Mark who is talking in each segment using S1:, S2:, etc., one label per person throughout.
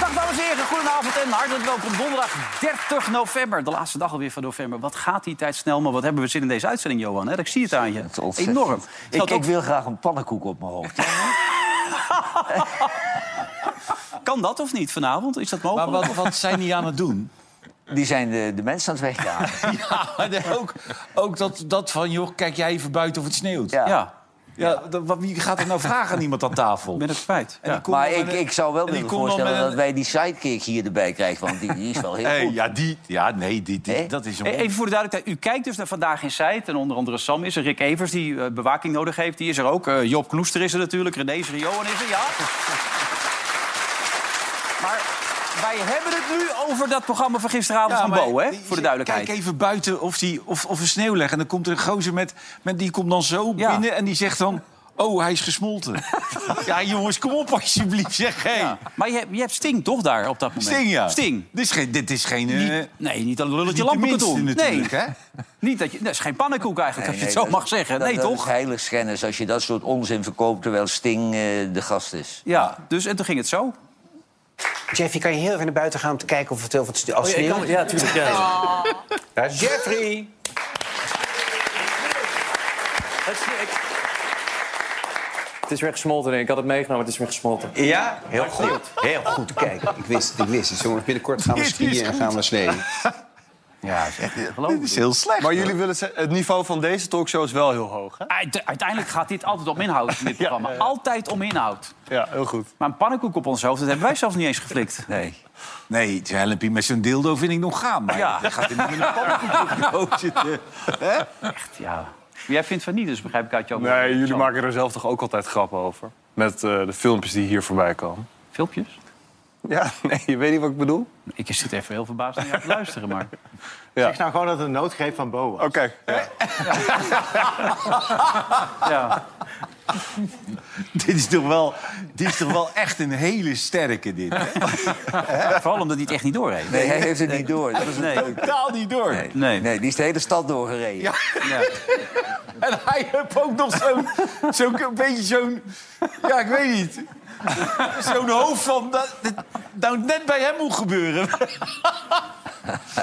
S1: Dag dames en heren, goedenavond en hartelijk welkom. Donderdag 30 november, de laatste dag alweer van november. Wat gaat die tijd snel, maar wat hebben we zin in deze uitzending, Johan? Hè? Ik zie het aan je.
S2: Het is ontzettend.
S1: Enorm.
S2: Ik,
S1: Geldt ook-
S2: ik wil graag een pannenkoek op mijn hoofd.
S1: Kan dat of niet vanavond? Is dat mogelijk?
S3: Maar wat, wat zijn die aan het doen?
S2: Die zijn de, de mensen aan het wegjagen.
S3: Ja, maar de- Ah, ook, ook dat, dat van, joh, kijk jij even buiten of het sneeuwt. Ja.
S2: Ja.
S1: Ja,
S3: dat- wat, wie gaat er nou vragen aan iemand aan tafel?
S1: ik ben het kwijt.
S3: En
S1: Ja.
S3: die komt
S2: Maar
S3: dan
S2: ik,
S3: met een-
S2: ik zou wel
S3: en die
S2: willen
S3: komt dan
S2: voorstellen
S3: met een-
S2: dat wij die sidekick hier erbij krijgen. Want die, die is wel heel
S3: Hey,
S2: goed.
S3: ja, die, ja, nee, die, die-
S2: Hé?
S3: dat is een...
S1: E- Even voor de duidelijkheid, u kijkt dus naar Vandaag in Zijt. En onder andere Sam is er, Rick Evers, die eh, bewaking nodig heeft, die is er ook. Eh, Job Knoester is er natuurlijk, René is er, Johan is er, ja. Maar wij hebben het nu over dat programma van gisteravond
S3: Ja,
S1: van
S3: maar
S1: Bo, hè?
S3: die-
S1: Voor de duidelijkheid.
S3: Kijk even buiten of, die, of, of er sneeuw legt. En dan komt er een gozer met, met... Die komt dan zo
S1: Ja.
S3: binnen en die zegt dan... Oh, hij is gesmolten. ja, jongens, kom op alsjeblieft. Zeg, hé.
S1: Ja. Maar je, hebt- je hebt Sting toch daar op dat moment?
S3: Sting, ja.
S1: Sting.
S3: Dit is geen... Dit is geen eh,
S1: Niet, nee, niet een
S3: niet
S1: lulletje
S3: de minste
S1: lampenkantoor. Nee,
S3: natuurlijk, hè?
S1: niet dat je, dat is geen pannenkoek eigenlijk,
S2: Nee,
S1: als je
S2: nee,
S1: het zo
S2: dat-
S1: mag zeggen.
S2: dat-
S1: Nee,
S2: dat
S1: toch?
S2: is heilig schennis als je dat soort onzin verkoopt terwijl Sting eh, de gast is.
S1: Ja, dus en toen ging het zo.
S4: Jeffy, kan je heel even naar buiten gaan om te kijken of het heel wat stu- als sneeuw?
S5: Ja, natuurlijk. Ja, ja.
S4: Daar is Jeffrey!
S5: Het, is niks. het is weer gesmolten. denk Ik Ik had het meegenomen, het is weer gesmolten.
S4: Ja? Heel goed. Heel goed te kijken. Ik wist het, ik wist het. Jongens, binnenkort gaan we
S3: Dit is
S4: skiën en
S3: goed.
S4: gaan we sneeuwen.
S3: Dit is heel slecht.
S6: Maar jullie willen ze- het niveau van deze talkshow is wel heel hoog, hè?
S1: Uite- Uiteindelijk gaat dit altijd om inhoud in dit programma. Altijd om inhoud.
S6: Ja, heel goed.
S1: Maar een pannenkoek op ons hoofd, dat hebben wij zelfs niet eens geflikt.
S2: Nee.
S3: Nee, Helmpie met zo'n dildo vind ik nog gaan. Maar
S1: Ja.
S3: ja. gaat er niet in een pannenkoek zitten.
S1: Ja. Maar jij vindt van niet, dus begrijp ik uit jouw
S6: Nee, jullie maken er zelf toch ook altijd grappen over? Met eh, de filmpjes die hier voorbij komen.
S1: filmpjes.
S6: Ja, nee, je weet niet wat ik bedoel?
S1: Ik zit even heel verbaasd naar jou te luisteren, maar...
S7: Zeg nou gewoon dat het een noodgreep van Bo was.
S6: Oké.
S1: Ja.
S3: Dit is toch wel, dit is toch wel echt een hele sterke, dit. hè?
S1: Vooral omdat hij het echt niet doorheeft.
S2: Nee, hij heeft het niet door. Dat is
S1: Nee.
S3: Taal niet door.
S1: Nee.
S2: Nee, die is de hele stad doorgereden.
S3: En hij heeft ook nog zo'n... zo'n een beetje zo'n... Ja, ik weet niet. Zo'n hoofd van... Dat, dat nou net bij hem moet gebeuren.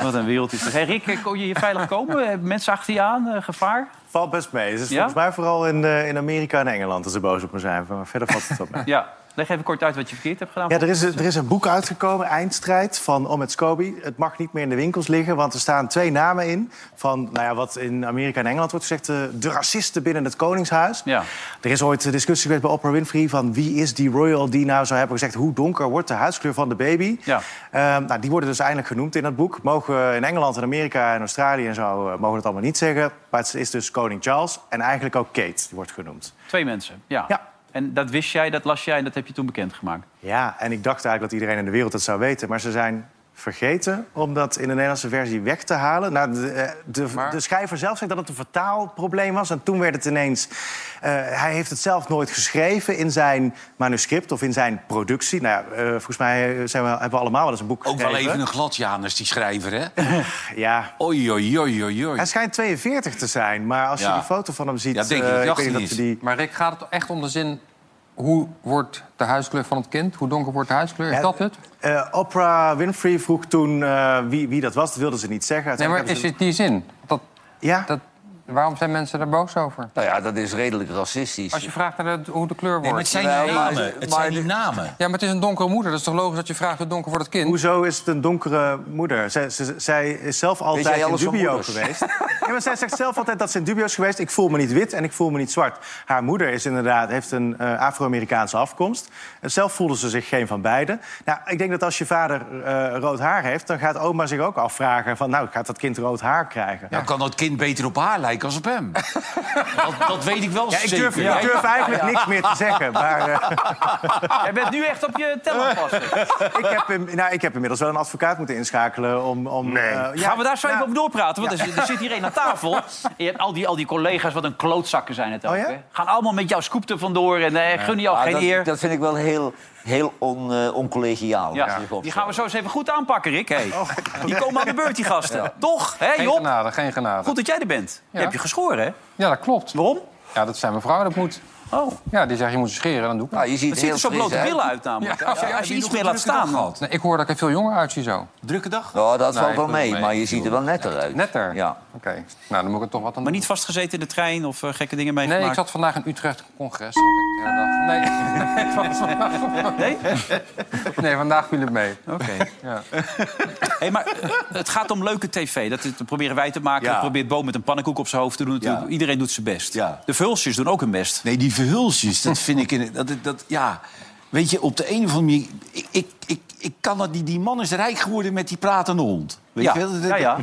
S1: Wat een wereld is er. Hey Rick, kon je hier veilig komen? Hebben Mensen achter je aan, eh, gevaar?
S7: Valt best mee. Het is
S1: Ja?
S7: volgens mij vooral in, eh, in Amerika en Engeland dat ze boos op me zijn. Maar verder valt het wel mee.
S1: Ja. Leg even kort uit wat je verkeerd hebt gedaan.
S7: Ja, er is, er is een boek uitgekomen, Eindstrijd, van Omet Scobie. Het mag niet meer in de winkels liggen, want er staan twee namen in... van nou ja, wat in Amerika en Engeland wordt gezegd... de, de racisten binnen het Koningshuis.
S1: Ja.
S7: Er is ooit een discussie geweest bij Oprah Winfrey... van wie is die royal die nou zou hebben gezegd... hoe donker wordt de huidskleur van de baby?
S1: Ja.
S7: Ehm, nou, die worden dus eindelijk genoemd in dat boek. Mogen we in Engeland en Amerika en Australië en zo... eh, mogen we dat allemaal niet zeggen. Maar het is dus koning Charles en eigenlijk ook Kate, die wordt genoemd.
S1: Twee mensen, ja.
S7: Ja.
S1: En dat wist jij, dat las jij en dat heb je toen bekendgemaakt.
S7: Ja, en ik dacht eigenlijk dat iedereen in de wereld het zou weten. Maar ze zijn vergeten om dat in de Nederlandse versie weg te halen. Nou, de, eh, de, de schrijver zelf zegt dat het een vertaalprobleem was. En toen werd het ineens... eh, hij heeft het zelf nooit geschreven in zijn manuscript of in zijn productie. Nou ja, eh, volgens mij zijn we, hebben we allemaal wel eens een boek
S3: Ook wel
S7: geschreven.
S3: even een gladjanus, die schrijver, hè?
S7: Ja.
S3: Oei, oei, oei, oei, oei.
S7: Hij schijnt 42 te zijn, maar als je
S3: Ja.
S7: die foto van hem ziet...
S3: Ja, denk ik,
S7: eh,
S3: ik dacht
S7: weet
S3: het
S7: niet of
S3: niet.
S7: die...
S8: Maar Rick, gaat het echt om de zin... hoe wordt de huiskleur van het kind? Hoe donker wordt de huiskleur? Is
S7: Ja,
S8: dat het?
S7: eh, Oprah Winfrey vroeg toen eh, wie, wie dat was. Dat wilden ze niet zeggen.
S8: Nee, maar
S7: Uiteindelijk
S8: is
S7: hebben
S8: het die zin? Dat,
S7: ze- Ja?
S8: dat, waarom zijn mensen daar boos over?
S2: Nou ja, dat is redelijk racistisch.
S8: Als je vraagt naar de- hoe de kleur
S3: Nee, maar het
S8: wordt.
S2: Jawel,
S3: zijn die
S2: maar-
S3: namen. Het
S2: maar
S3: zijn
S2: de-
S3: die namen.
S8: Ja, maar het is een donkere moeder. Dat is toch logisch dat je vraagt hoe donker wordt het kind?
S7: Hoezo is het een donkere moeder? Zij, ze- zij is zelf altijd
S2: jij
S7: in
S2: alles van
S7: dubio
S2: moeders?
S7: geweest. Ja, maar zij zegt zelf altijd dat ze in dubio is geweest. Ik voel me niet wit en ik voel me niet zwart. Haar moeder is inderdaad, heeft een eh, Afro-Amerikaanse afkomst. En zelf voelde ze zich geen van beiden. Nou, ik denk dat als je vader eh, rood haar heeft... dan gaat oma zich ook afvragen van... nou, gaat dat kind rood haar krijgen? Ja,
S3: Dan kan dat kind beter op haar lijken als op hem. dat, dat weet ik wel
S7: ik,
S3: zeker.
S7: durf, ik durf eigenlijk niks meer te zeggen. Maar eh,
S1: Jij bent nu echt op je teller vast.
S7: ik, heb, in- nou, ik heb inmiddels wel een advocaat moeten inschakelen om... om eh, Nou, nee.
S1: Gaan we daar zo even op doorpraten? Want er zit- er zit hier een aan tafel. En je hebt al die, al die collega's, wat een klootzakken zijn het ook.
S7: Oh ja?
S1: hè? Gaan allemaal met jouw scoop er vandoor en eh, gunnen jou
S2: Ah,
S1: geen
S2: dat,
S1: eer.
S2: dat vind ik wel heel, heel on, eh, oncollegiaal.
S1: Ja,
S2: moet ik
S1: die
S2: opstellen.
S1: gaan we zo eens even goed aanpakken, Rick. Hey. Die komen aan de beurt, die gasten. Toch? Hé,
S8: Geen
S1: Job?
S8: genade, geen genade.
S1: Goed dat jij er bent. Je hebt je geschoren, hè?
S8: Ja, dat klopt.
S1: Waarom?
S8: Ja, dat zijn mijn vrouw, dat moet.
S1: Oh,
S8: Ja, die zeggen je moet ze scheren, dan doe ik het.
S2: Nou, je ziet
S1: het ziet
S2: heel
S1: er zo
S2: fris
S1: blote
S2: uit.
S1: billen uit namelijk.
S8: Ja.
S1: Als je- Als je iets meer laat staan. dan-
S8: Nee, ik hoor dat ik er veel jonger uitzie zo.
S3: Drukke dag?
S2: Nou, dat
S8: Nee,
S2: valt wel
S8: valt
S2: mee,
S8: mee.
S2: maar je ziet er wel netter uit.
S8: Netter?
S2: Ja.
S8: Oké, nou dan moet ik er toch wat aan
S1: Maar
S8: doen.
S1: niet vastgezeten in de trein of eh, gekke dingen meegemaakt?
S8: Nee, ik zat vandaag in Utrecht op een congres. Had ik, eh, dacht- nee, ik was vandaag-
S1: Nee?
S8: nee, vandaag viel het mee.
S1: Oké. Hey, maar eh, het gaat om leuke tv. Dat, is- dat proberen wij te maken.
S3: Ja.
S1: Dat probeert Boom met een pannenkoek op zijn hoofd te doen. natuurlijk.
S3: Ja.
S1: Iedereen doet zijn best.
S3: Ja.
S1: De vulsjes doen ook hun best.
S3: Nee, die verhulsjes, dat vind ik... in- Dat, dat, ja, weet je, op de een of andere manier... Ik, ik, ik, ik kan dat niet. Die man is rijk geworden met die pratende hond. Weet
S1: Ja.
S3: je wel? Dat-
S1: Ja, ja.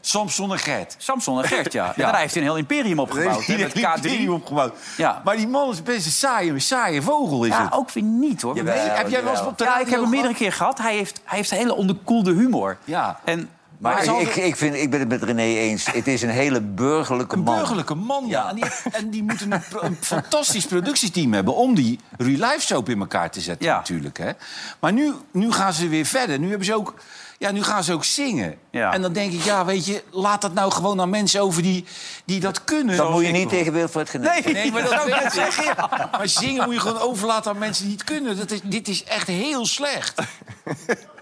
S3: Samson en Gert.
S1: Samson en Gert, ja. En daar heeft hij een heel imperium opgebouwd. hè,
S3: Die
S1: met
S3: heeft
S1: K3.
S3: die opgebouwd.
S1: Ja.
S3: Maar die man is best een saaie, saaie vogel, is
S1: Ja,
S3: het.
S1: ook weer niet, hoor.
S3: Nee, heb jij wel eens op de
S1: Ja, ik
S3: radio
S1: heb hem
S3: gehad?
S1: meerdere keer gehad. Hij heeft, hij heeft een hele onderkoelde humor.
S3: Ja.
S1: En,
S2: Maar,
S3: Maar zal
S2: ik, ik,
S3: de-
S2: ik, vind, ik ben het met René eens. Het is een hele burgerlijke
S3: Een
S2: man.
S3: burgerlijke man, ja. En, die, en die moeten een, pro- een fantastisch productieteam hebben... om die Relive Soap in elkaar te zetten,
S1: Ja.
S3: natuurlijk. Hè. Maar nu, nu gaan ze weer verder. Nu, hebben ze ook, ja, nu gaan ze ook zingen.
S1: Ja.
S3: En dan denk ik, ja, weet je... laat dat nou gewoon aan mensen over die, die dat kunnen.
S2: Dan
S3: Zoals
S2: moet je
S3: ik
S2: niet
S3: bijvoorbeeld.
S2: tegen Wilfred Gené.
S3: Nee, maar dat zou ik net zeggen. ja. Maar zingen moet je gewoon overlaten aan mensen die het kunnen. Dat is, dit is echt heel slecht.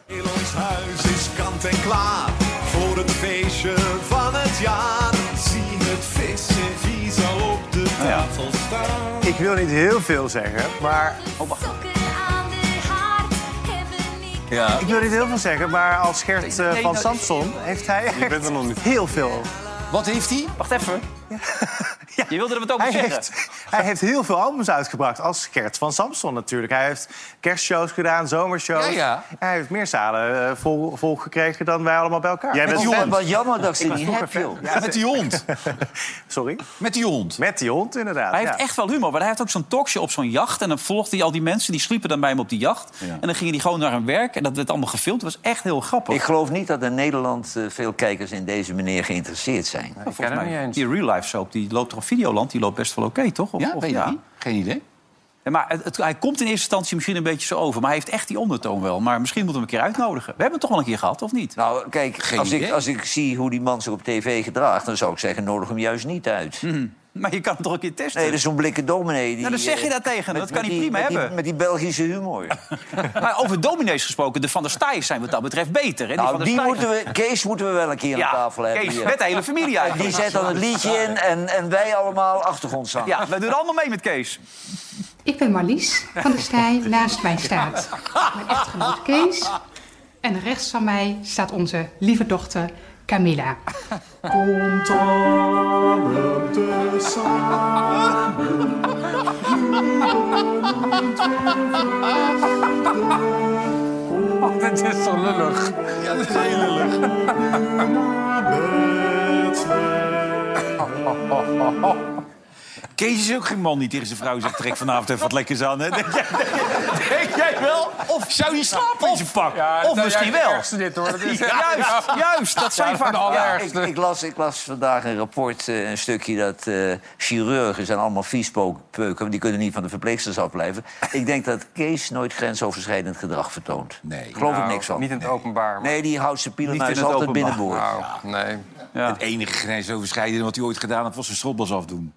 S9: Heel ons huis is kant en klaar voor het feestje van het jaar. Zie het vissen visa op de tafel staan.
S7: Ik wil niet heel veel zeggen, maar...
S3: Ja.
S7: Ik wil niet heel veel zeggen, maar als Gert eh, van Samson heeft hij echt
S6: bent er nog niet.
S7: heel veel.
S3: Wat heeft hij?
S1: wacht even. Je wilde er wat over
S7: Hij
S1: zeggen.
S7: heeft, hij heeft heel veel albums uitgebracht, als Gert van Samson natuurlijk. Hij heeft kerstshows gedaan, zomershows.
S3: Ja, ja.
S7: En hij heeft meer zalen eh, vol, vol gekregen dan wij allemaal bij elkaar.
S2: Ik vind het wel jammer dat ik ze niet heb, joh.
S3: Met die hond.
S7: Sorry,
S3: Met die hond.
S7: met die hond inderdaad.
S1: Hij
S7: ja.
S1: heeft echt wel humor, maar hij heeft ook zo'n talkshow op zo'n jacht. En dan volgde hij al die mensen, die sliepen dan bij hem op die jacht. En dan gingen die gewoon naar hun werk en dat werd allemaal gefilmd. Dat was echt heel grappig.
S2: Ik geloof niet dat in Nederland eh, veel kijkers in deze meneer geïnteresseerd zijn.
S8: Ik ken hem niet eens.
S1: Die real life soap, die loopt toch op Videoland, die loopt best wel oké, toch? Of-
S3: Ja,
S1: of-
S3: weet je niet? Geen idee.
S1: Ja, Maar het, het- hij komt in eerste instantie misschien een beetje zo over. Maar hij heeft echt die ondertoon wel. Maar misschien moeten we hem een keer uitnodigen. We hebben hem toch al een keer gehad, of niet?
S2: Nou, kijk, als ik,
S3: idee.
S2: als ik zie hoe die man zich op tv gedraagt... dan zou ik zeggen, nodig hem juist niet uit.
S1: Maar je kan hem toch een keer testen?
S2: Nee, dat is zo'n blikken dominee. Die,
S1: Nou, dan zeg je
S2: eh,
S1: dat tegen hem.
S2: met-
S1: Dat kan
S2: met
S1: hij
S2: die-
S1: prima
S2: met die-
S1: hebben.
S2: met die Belgische humor.
S1: Maar over dominees gesproken, de Van der Staaijs zijn wat dat betreft beter. Hè?
S2: nou,
S1: van der
S2: die
S1: Staaij-
S2: moeten we, Kees moeten we wel een keer
S1: ja,
S2: aan tafel hebben.
S1: Kees,
S2: hier.
S1: met de hele familie uit.
S2: Die zet dan het liedje in en, en wij allemaal achtergrondzang.
S1: Ja, we doen allemaal mee met Kees.
S10: Ik ben Marlies van der Stij. Naast mij staat mijn echtgenoot Kees. En rechts van mij staat onze lieve dochter Camilla.
S9: Komt allen tezamen,
S8: Dit is zo lullig.
S3: Ja, dat is heel lullig.
S9: naar Bethlehem.
S3: Kees is ook geen man die tegen zijn vrouw zegt... trek Oh, vanavond even wat lekkers aan. Hè? Denk, jij, denk jij wel? Of zou hij slapen in zijn pak?
S8: nou
S1: Of misschien wel.
S8: dit hoor. Dat is
S1: Juist, juist. Dat zijn vaak...
S8: de
S1: Ja,
S2: Ik, ik, las, ik las vandaag een rapport, eh, een stukje dat eh, chirurgen zijn allemaal viespeuken, want die kunnen niet van de verpleegsters afblijven. Ik denk dat Kees nooit grensoverschrijdend gedrag vertoont.
S3: Nee.
S2: geloof ik
S8: Nou,
S2: niks van.
S8: Niet in het openbaar. maar-
S2: Nee, die houdt zijn
S1: Niet
S2: pielenmuis
S1: in het
S2: altijd
S1: openbaar.
S2: binnenboord.
S8: Nou, nee.
S3: Het enige grensoverschrijdende wat hij ooit gedaan had... was zijn schotbas afdoen.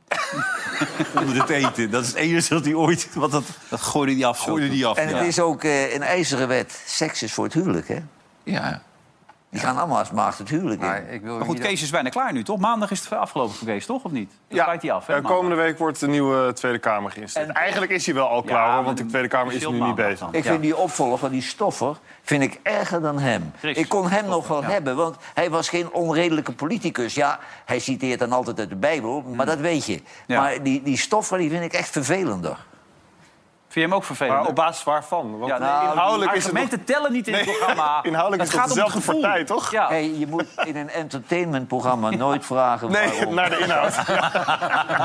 S3: Onder het eten. Dat is het enige wat hij ooit... Wat dat
S1: Dat gooide die af. zo.
S3: gooide die af.
S2: En het
S3: ja.
S2: is ook eh, een ijzeren wet. Seks is voor het huwelijk, hè?
S3: Ja.
S2: Die gaan allemaal als maagd het huwelijk in.
S1: Maar goed, Kees is bijna klaar nu, toch? Maandag is het afgelopen voor Kees, toch? Of niet? Dan
S7: Ja,
S1: draait hij af, hè,
S7: eh,
S1: maandag.
S7: komende week wordt de nieuwe Tweede Kamer geïnstalleerd. Eigenlijk is hij wel al klaar, hoor, want de Tweede Kamer is nu niet bezig.
S2: Ik vind die opvolger, die Stoffer, vind ik erger dan hem. ik kon hem nog wel hebben, want hij was geen onredelijke politicus. Ja, hij citeert dan altijd uit de Bijbel, maar dat weet je.
S1: Ja.
S2: Maar die, die Stoffer, die vind ik echt vervelender.
S1: Vind je hem ook vervelend?
S7: Maar op basis waarvan? Want
S1: Ja, nou,
S7: inhoudelijk is het nog-
S1: argumenten tellen niet in het
S7: Nee,
S1: programma.
S7: inhoudelijk
S1: het
S7: is het
S1: gaat om het
S7: dezelfde
S1: gevoel.
S7: partij, toch?
S1: Ja.
S2: Hey, je moet in een entertainmentprogramma nooit vragen
S7: Nee,
S2: waarom.
S7: naar de inhoud.
S2: Nou.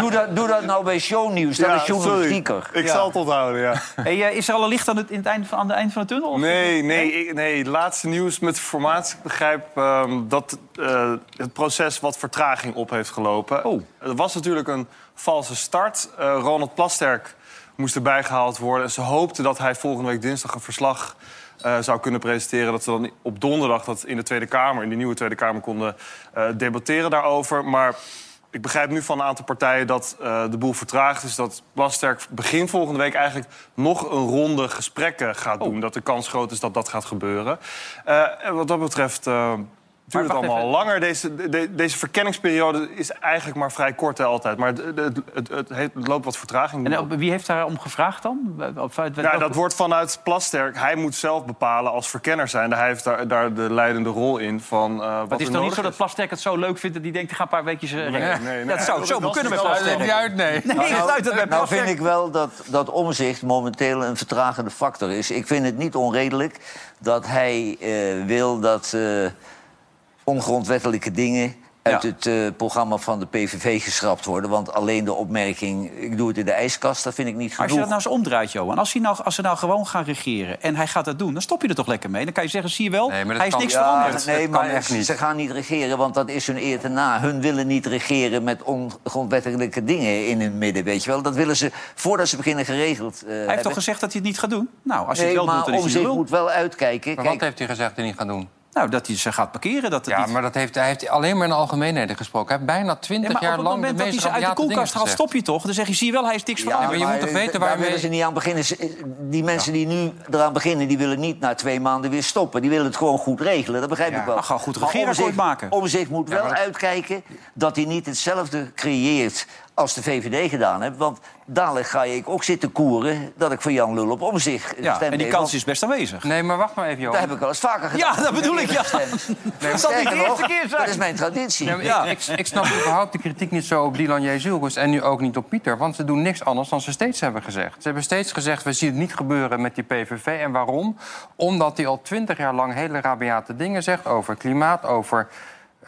S2: doe, dat, doe dat nou bij shownieuws, dat
S7: Ja,
S2: is journalistieker.
S7: sorry. Ik zal het onthouden, ja.
S1: Hey, eh, is er al een licht aan het, in het eind van, aan het eind van de tunnel? of-
S7: Nee, nee, ik- nee. Het laatste nieuws met de formatie. Ik begrijp ehm, dat eh, het proces wat vertraging op heeft gelopen. Oh. Er was natuurlijk een valse start. Eh, Ronald Plasterk moest erbij gehaald worden. En ze hoopten dat hij volgende week dinsdag een verslag eh, zou kunnen presenteren. Dat ze dan op donderdag dat in de Tweede Kamer, in de nieuwe Tweede Kamer, konden eh, debatteren daarover. Maar ik begrijp nu van een aantal partijen dat eh, de boel vertraagd is. Dat Plasterk begin volgende week eigenlijk nog een ronde gesprekken gaat
S1: Oh.
S7: doen. Dat de kans groot is dat dat gaat gebeuren. Eh, en wat dat betreft eh, duurt het
S1: wacht
S7: allemaal
S1: even.
S7: langer. Deze, de- de- deze verkenningsperiode is eigenlijk maar vrij kort hè, altijd. Maar het, het, het, het heeft- het loopt wat vertraging.
S1: En eh, wie heeft daar om gevraagd dan? Op- op-
S7: Ja, dat wordt vanuit Plasterk. Hij moet zelf bepalen als verkenner zijn. Hij heeft daar, daar de leidende rol in van eh, wat
S1: Maar het is
S7: er
S1: toch niet
S7: nodig
S1: zo dat Plasterk het zo leuk vindt... dat hij denkt, ik ga een paar weekjes eh, rekken?
S7: nee, nee.
S1: Dat zou
S7: Dat
S1: zo
S7: is-
S1: maar
S7: dat
S1: kunnen
S7: is
S1: met
S7: wel-
S1: Plasterk.
S7: dat legt niet
S1: nee.
S8: eh,
S1: Nee, het sluit het bij
S2: Nou
S1: Plasterk.
S2: vind ik wel dat, dat omzicht momenteel een vertragende factor is. Ik vind het niet onredelijk dat hij eh, wil dat eh, ongrondwettelijke dingen uit het eh, programma van de PVV geschrapt worden. Want alleen de opmerking, ik doe het in de ijskast, dat vind ik niet
S1: Maar
S2: genoeg.
S1: als je dat nou eens omdraait, Johan. Als, hij nou, als ze nou gewoon gaan regeren en hij gaat dat doen... dan stop je er toch lekker mee. Dan kan je zeggen, zie je wel,
S8: maar dat
S1: hij is
S8: kan-
S1: niks
S2: Ja,
S1: veranderd.
S2: nee,
S8: kan
S2: maar
S8: echt
S2: ze-
S8: niet.
S2: ze gaan niet regeren, want dat is hun eer te na. Hun willen niet regeren met ongrondwettelijke dingen in hun midden, weet je wel. Dat willen ze voordat ze beginnen geregeld eh,
S1: Hij heeft
S2: hebben.
S1: toch gezegd dat hij het niet gaat doen? Nou, als hij
S2: nee,
S1: het wel doet, dan
S2: maar
S1: is hij
S2: omzicht
S1: een lul.
S2: moet wel uitkijken.
S8: Maar
S2: Kijk,
S8: wat heeft hij gezegd dat hij niet gaat doen?
S1: Nou, dat hij ze gaat parkeren. Dat het
S8: Ja,
S1: niet-
S8: maar dat heeft, hij heeft alleen maar in algemeenheden gesproken. Hij heeft bijna
S1: Nee,
S8: twintig
S1: maar
S8: jaar
S1: op het
S8: lang de
S1: moment dat hij
S8: meest
S1: ze uit de
S8: rabiate dingen
S1: koelkast haalt,
S8: gezegd.
S1: stop je toch? Dan zeg je, zie je wel, hij is niks
S2: Ja, eh,
S1: veranderd.
S8: maar je moet toch weten
S2: daar
S8: waarmee-
S2: willen ze niet aan beginnen. Ze- eh, Die mensen die nu eraan beginnen, die willen niet na twee maanden weer stoppen. Die willen het gewoon goed regelen, dat begrijp ik wel.
S1: nou, gewoon goed
S2: Maar
S1: regeerakkoord
S2: Omtzigt-
S1: maken.
S2: Omtzigt moet wel uitkijken dat hij niet hetzelfde creëert als de VVD gedaan heeft. Want dadelijk ga ik ook zitten koeren dat ik voor Jan Lul op omzicht
S1: Ja,
S2: stem
S1: en die
S2: geef,
S1: kans
S2: want
S1: is best aanwezig.
S8: Nee, maar wacht maar even,
S2: Dat
S8: Johan.
S2: heb ik al eens vaker gedaan.
S1: Ja, dat bedoel ik, ja.
S2: Nee,
S1: zal niet de
S2: sterker nog,
S1: eerste keer zijn.
S2: Dat is mijn traditie.
S8: Nee, maar ik, ik, ik snap überhaupt de kritiek niet zo op Dylan Jezilkus en nu ook niet op Pieter. Want ze doen niks anders dan ze steeds hebben gezegd. Ze hebben steeds gezegd, we zien het niet gebeuren met die PVV. En waarom? Omdat hij al twintig jaar lang hele rabiate dingen zegt... over klimaat, over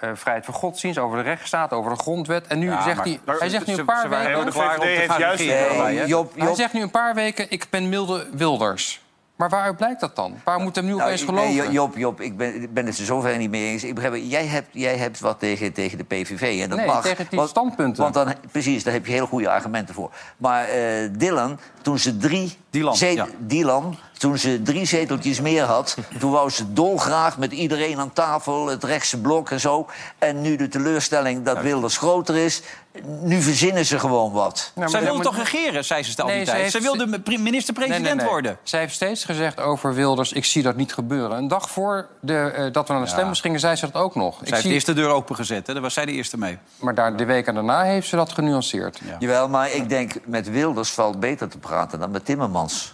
S8: eh, vrijheid van godsdienst, over de rechtsstaat, over de grondwet. En nu zegt hij...
S7: daar-
S8: Hij zegt nu
S7: ze-
S8: een paar
S7: ze waren
S8: weken...
S7: heel klaar om te gaan regeren.
S2: Nee, Job,
S8: Hij
S2: Job-
S8: zegt nu een paar weken, ik ben milde Wilders. Maar waaruit blijkt dat dan? Waar moet hem nu
S2: Nou,
S8: opeens
S2: ik- nee,
S8: geloven?
S2: Job, Job, ik ben, ik ben het er zover niet mee eens. Ik begrijp, jij, hebt, jij hebt wat tegen, tegen de PVV. En dat
S8: Nee,
S2: mag,
S8: tegen die standpunten.
S2: Want dan, precies, daar heb je heel goede argumenten voor. Maar eh, Dylan, toen ze drie...
S1: Dylan,
S2: zet-
S1: ja.
S2: Dylan, toen ze drie zeteltjes meer had... toen wou ze dolgraag met iedereen aan tafel, het rechtse blok en zo. En nu de teleurstelling dat Wilders groter is... nu verzinnen ze gewoon wat.
S8: Nou, maar
S1: Zij
S8: dan
S1: wilde
S8: moet-
S1: toch regeren, zei ze het al
S8: Nee,
S1: die
S8: ze
S1: tijd.
S8: heeft-
S1: Zij wilde me- pri- minister-president
S8: Nee, nee, nee.
S1: worden.
S8: Zij heeft steeds gezegd over Wilders, ik zie dat niet gebeuren. Een dag voor de, eh, dat we naar de stembus gingen, zei ze dat ook nog. Ik
S1: Zij heeft
S8: zie-
S1: eerst de deur opengezet, hè. daar was zij de eerste mee.
S8: Maar daar, de weken daarna heeft ze dat genuanceerd.
S2: Jawel, maar ik denk, met Wilders valt beter te praten dan met Timmermans.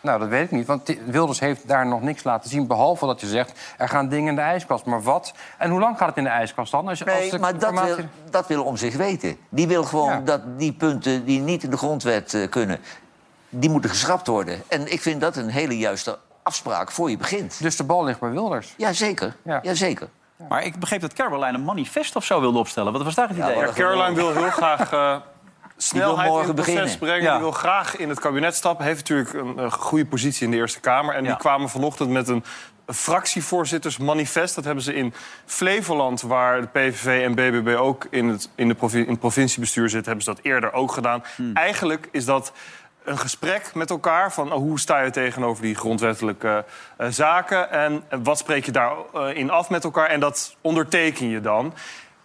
S8: Nou, dat weet ik niet, want Ti- Wilders heeft daar nog niks laten zien... behalve dat je zegt, er gaan dingen in de ijskast. Maar wat? En hoe lang gaat het in de ijskast dan? Als je, als de
S2: Nee, maar dat
S8: informatie-
S2: wil, dat wil om zich weten. Die wil gewoon
S8: Ja.
S2: dat die punten die niet in de grondwet eh, kunnen... die moeten geschrapt worden. En ik vind dat een hele juiste afspraak voor je begint.
S8: Dus de bal ligt bij Wilders.
S2: Jazeker,
S8: Ja.
S2: jazeker.
S1: Maar ik begreep dat Caroline een manifest of zo wilde opstellen. Wat was daar het idee?
S2: maar
S7: Ja, Caroline wil heel graag eh, snelheid in
S2: morgen
S7: het proces
S2: beginnen.
S7: brengen.
S1: Ja.
S7: Die wil graag in het kabinet stappen. Heeft natuurlijk een, eh, goede positie in de Eerste Kamer. En
S1: Ja.
S7: die kwamen vanochtend met een fractievoorzittersmanifest. Dat hebben ze in Flevoland, waar de PVV en BBB ook in het, in de provi- in het provinciebestuur zitten... hebben ze dat eerder ook gedaan.
S3: Hmm.
S7: Eigenlijk is dat een gesprek met elkaar van oh, hoe sta je tegenover die grondwettelijke eh, zaken... en eh, wat spreek je daarin in af met elkaar en dat onderteken je dan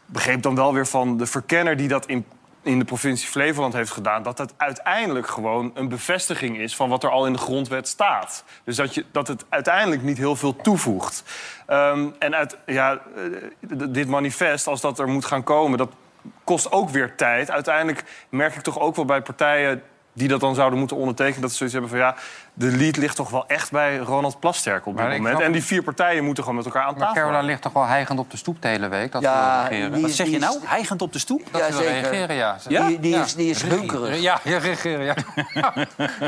S7: begreep dan wel weer van de verkenner die dat in
S6: in de provincie Flevoland heeft gedaan... dat dat uiteindelijk gewoon een bevestiging is van wat er al in de grondwet staat. Dus dat, je, dat het uiteindelijk niet heel veel toevoegt. Ehm, en uit, ja, eh, d- dit manifest, als dat er moet gaan komen... dat kost ook weer tijd. Uiteindelijk merk ik toch ook wel bij partijen die dat dan zouden moeten ondertekenen... dat ze zoiets hebben van ja, de lead ligt toch wel echt bij Ronald Plasterk op dit
S8: Maar ik
S6: moment.
S8: snap-
S6: En die vier partijen moeten gewoon met elkaar aan
S8: Maar
S6: tafel.
S8: Carola ligt toch wel heigend op de stoep de hele week? Dat
S2: Ja,
S8: ze wil reageren.
S2: die- Wat zeg je die- nou?
S1: Heigend op de stoep?
S8: Dat ze wil reageren, ja. Ze-
S2: Die, die is, die is hunkerig.
S8: Ja, ja, reageren, ja.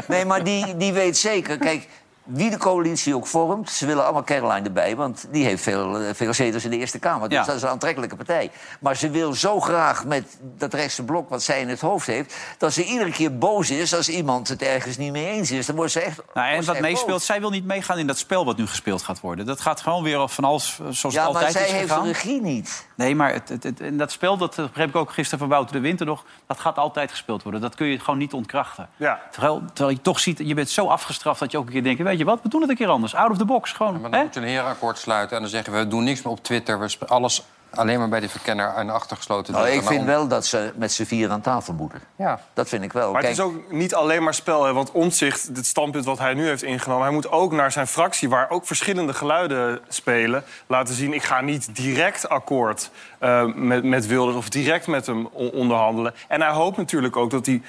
S2: Nee, maar die, die weet zeker. Kijk, wie de coalitie ook vormt, ze willen allemaal Caroline erbij. Want die heeft veel, eh, veel zetels in de Eerste Kamer. Dus
S1: Ja.
S2: dat is een aantrekkelijke partij. Maar ze wil zo graag met dat rechtse blok wat zij in het hoofd heeft. dat ze iedere keer boos is als iemand het ergens niet mee eens is. Dan wordt ze echt.
S1: Nou, en wat
S2: echt
S1: meespeelt,
S2: boos.
S1: zij wil niet meegaan in dat spel wat nu gespeeld gaat worden. Dat gaat gewoon weer van alles eh, zoals
S2: Ja,
S1: het
S2: maar
S1: altijd
S2: zij
S1: is
S2: heeft de
S1: gegaan.
S2: regie niet.
S1: Nee, maar het, het, het- en dat spel, dat eh, begreep ik ook gisteren van Wouter de Winter nog... dat gaat altijd gespeeld worden. Dat kun je gewoon niet ontkrachten.
S6: Ja.
S1: Terwijl, terwijl je toch ziet, je bent zo afgestraft dat je ook een keer denkt... weet je wat, we doen het een keer anders. Out of the box, gewoon.
S8: Maar dan
S1: hè?
S8: moet je een herenakkoord sluiten en dan zeggen we... we doen niks meer op Twitter, we sp- alles alleen maar bij de verkenner... en achtergesloten
S2: Nou,
S8: deuren.
S2: ik
S8: Maar
S2: vind
S8: om-
S2: wel dat ze met z'n vier aan tafel moeten.
S8: Ja.
S2: Dat vind ik wel.
S6: Maar
S2: Kijk,
S6: het is ook niet alleen maar spel. Hè? Want Omtzigt, dit standpunt wat hij nu heeft ingenomen... hij moet ook naar zijn fractie, waar ook verschillende geluiden spelen... laten zien, ik ga niet direct akkoord eh, met, met Wilders... of direct met hem on- onderhandelen. En hij hoopt natuurlijk ook dat hij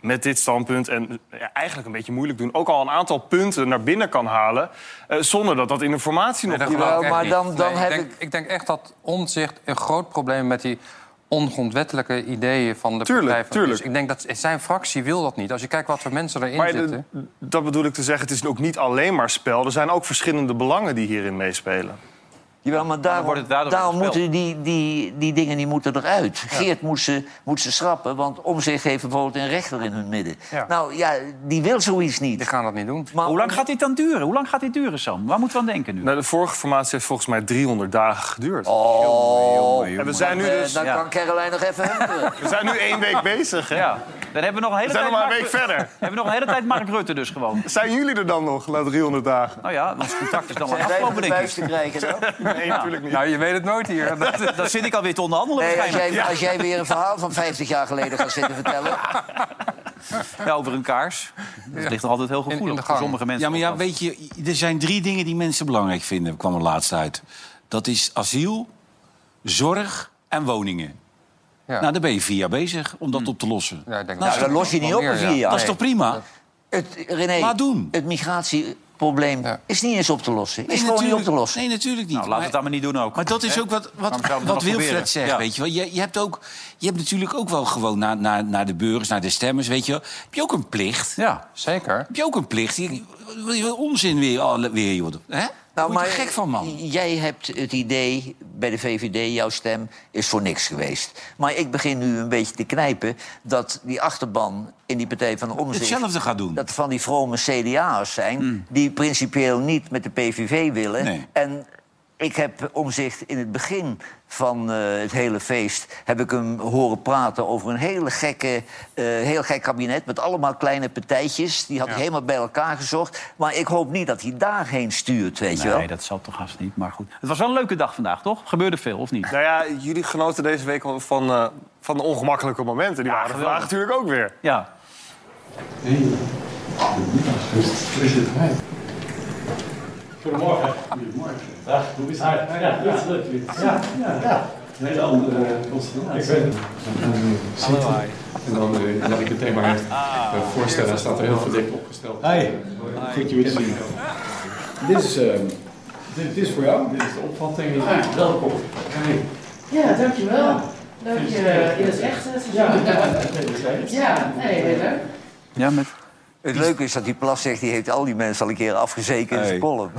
S6: met dit standpunt... en ja, eigenlijk een beetje moeilijk doen... ook al een aantal punten naar binnen kan halen... eh, zonder dat dat in de formatie nog...
S8: Nee, dat
S6: niet-
S8: geloof ik
S2: Jawel,
S8: echt
S2: maar
S8: niet.
S2: dan- dan
S8: Nee,
S2: heb
S8: ik, denk, ik denk echt dat Omtzigt een groot probleem met die ongrondwettelijke ideeën van de
S6: Tuurlijk,
S8: partij... van-
S6: tuurlijk.
S8: Dus ik denk dat zijn fractie wil dat niet. Als je kijkt wat voor mensen erin
S6: Maar de-
S8: zitten...
S6: dat bedoel ik te zeggen, het is ook niet alleen maar spel. Er zijn ook verschillende belangen die hierin meespelen.
S2: Jawel, maar daarom,
S1: wordt het daardoor
S2: daarom
S1: weer gespeeld.
S2: moeten die, die, die dingen die moeten eruit. Geert moet ze, moet ze schrappen, want omzicht heeft bijvoorbeeld een rechter in hun midden. Nou ja, die wil zoiets niet.
S8: Die gaan dat niet doen.
S2: Maar
S1: Hoe lang gaat dit dan duren? Hoe lang gaat dit duren, Sam? Waar moeten we aan denken nu?
S6: Nou, de vorige formatie heeft volgens mij 300 dagen geduurd.
S2: Oh,
S6: En we zijn nu
S2: eh,
S6: dus
S2: dan
S1: ja.
S2: kan Caroline nog even hunkeren.
S6: we zijn nu één week bezig. Hè?
S1: Ja, dan hebben we nog een hele
S6: We zijn
S1: tijd
S6: nog maar een
S1: Mark-
S6: week verder.
S1: hebben we nog een hele tijd Mark Rutte dus gewoon.
S6: Zijn jullie er dan nog na 300 dagen?
S1: Nou ja, ons contact is dan wel
S2: Zijn wij nog
S1: afgelopen,
S2: de
S1: denk
S2: buis
S1: ik.
S2: te krijgen dan?
S6: Nee, natuurlijk niet.
S8: Nou, je weet het nooit hier. Dat-
S1: Dan zit ik alweer te onderhandelen
S2: Nee, als
S1: waarschijnlijk.
S2: jij, als jij weer een verhaal van 50 jaar geleden gaat zitten vertellen...
S1: Ja, over een kaars. Dat ligt er altijd heel
S8: in
S1: gevoelig
S8: de
S1: voor
S8: gang.
S1: sommige mensen.
S3: Ja, maar ja, weet je, er zijn drie dingen die mensen belangrijk vinden, kwam er laatst uit. Dat is asiel, zorg en woningen.
S8: Ja.
S3: Nou, daar ben je vier jaar bezig om
S1: Hm.
S3: dat op te lossen.
S8: Ja, ik denk
S2: Nou, dat los je niet op in vier jaar.
S3: Dat is toch prima?
S2: Het, René,
S3: Laat doen.
S2: het migratieprobleem
S8: Ja.
S2: is niet eens op te lossen. Is
S3: Nee,
S2: gewoon niet op te
S3: natuurlijk-
S2: lossen.
S3: Nee, natuurlijk niet.
S1: Nou, laten we het dan maar niet doen ook.
S3: Maar dat is
S1: Hè?
S3: ook wat,
S1: Waarom
S3: wat,
S1: zouden we dat
S3: wat
S1: nog
S3: Wilfred
S1: proberen?
S3: zegt,
S1: Ja.
S3: weet je wel. Je, je, hebt ook, je hebt natuurlijk ook wel gewoon naar, naar, naar de burgers, naar de stemmers, weet je wel. Heb je ook een plicht?
S1: Ja.
S8: Zeker.
S3: Heb je ook een plicht? Je, wat- wat onzin weer, alle- weer joh. Hè?
S2: Nou,
S3: Daar word je gek van, man.
S2: Jij hebt het idee, bij de VVD, jouw stem is voor niks geweest. Maar ik begin nu een beetje te knijpen dat die achterban in die Partij van de Omzicht...
S3: Hetzelfde gaat doen.
S2: Dat van die vrome CDA'ers zijn, die principieel niet met de PVV willen.
S3: Nee.
S2: En ik heb omzicht in het begin van eh, het hele feest... heb ik hem horen praten over een hele gekke, eh, heel gek kabinet... met allemaal kleine partijtjes. Die had hij helemaal bij elkaar gezocht. Maar ik hoop niet dat hij daarheen stuurt, weet je wel.
S1: Nee, dat zal toch haast niet, maar goed. Het was wel een leuke dag vandaag, toch? Gebeurde veel, of niet?
S6: Nou ja, jullie genoten deze week wel van, eh, van de ongemakkelijke momenten. Die waren er vandaag
S1: geweldig.
S6: natuurlijk ook weer.
S1: Ja.
S11: Goedemorgen. Dag, hoe is het? Ja, goed, goed. Ja, ja. ja. Een hele andere constellatie. Ik ben zitten. En dan eh, laat ik het thema eh, voorstellen. Hij staat er heel veel dik opgesteld. Hi. Goed je weer te zien. Dit is, dit, is voor jou. Dit is de opvatting. welkom.
S12: Ja, dankjewel. Leuk je in het echt te zien. Ja, nee, heel leuk.
S1: Ja, met...
S2: Het leuke is dat die plas zegt, die heeft al die mensen al een keer afgezeken in zijn
S3: Hey.
S2: column.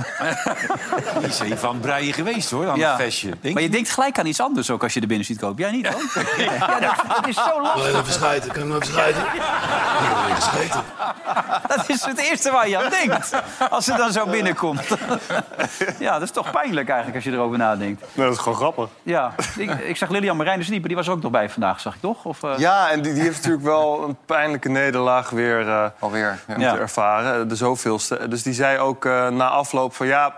S3: Die is even aan het breien geweest, hoor, aan
S1: Ja.
S3: het festje. Denk
S1: Maar je denkt gelijk aan iets anders ook als je er binnen ziet kopen. Jij niet, dan? Ja, dat, dat is zo lastig.
S11: even schijten? Kan ik nog even schijten?
S1: Dat is het eerste waar je aan denkt. Als ze dan zo binnenkomt. Ja, dat is toch pijnlijk eigenlijk als je erover nadenkt.
S6: dat is gewoon grappig.
S1: Ja, ik, ik zag Lilian Marijnus niet, maar die was er ook nog bij vandaag, zag ik toch? Of, eh,
S6: Ja, en die, die heeft natuurlijk wel een pijnlijke nederlaag weer eh,
S8: Alweer. Ja.
S6: moeten ervaren. De zoveelste. Dus die zei ook eh, na afloop van ja...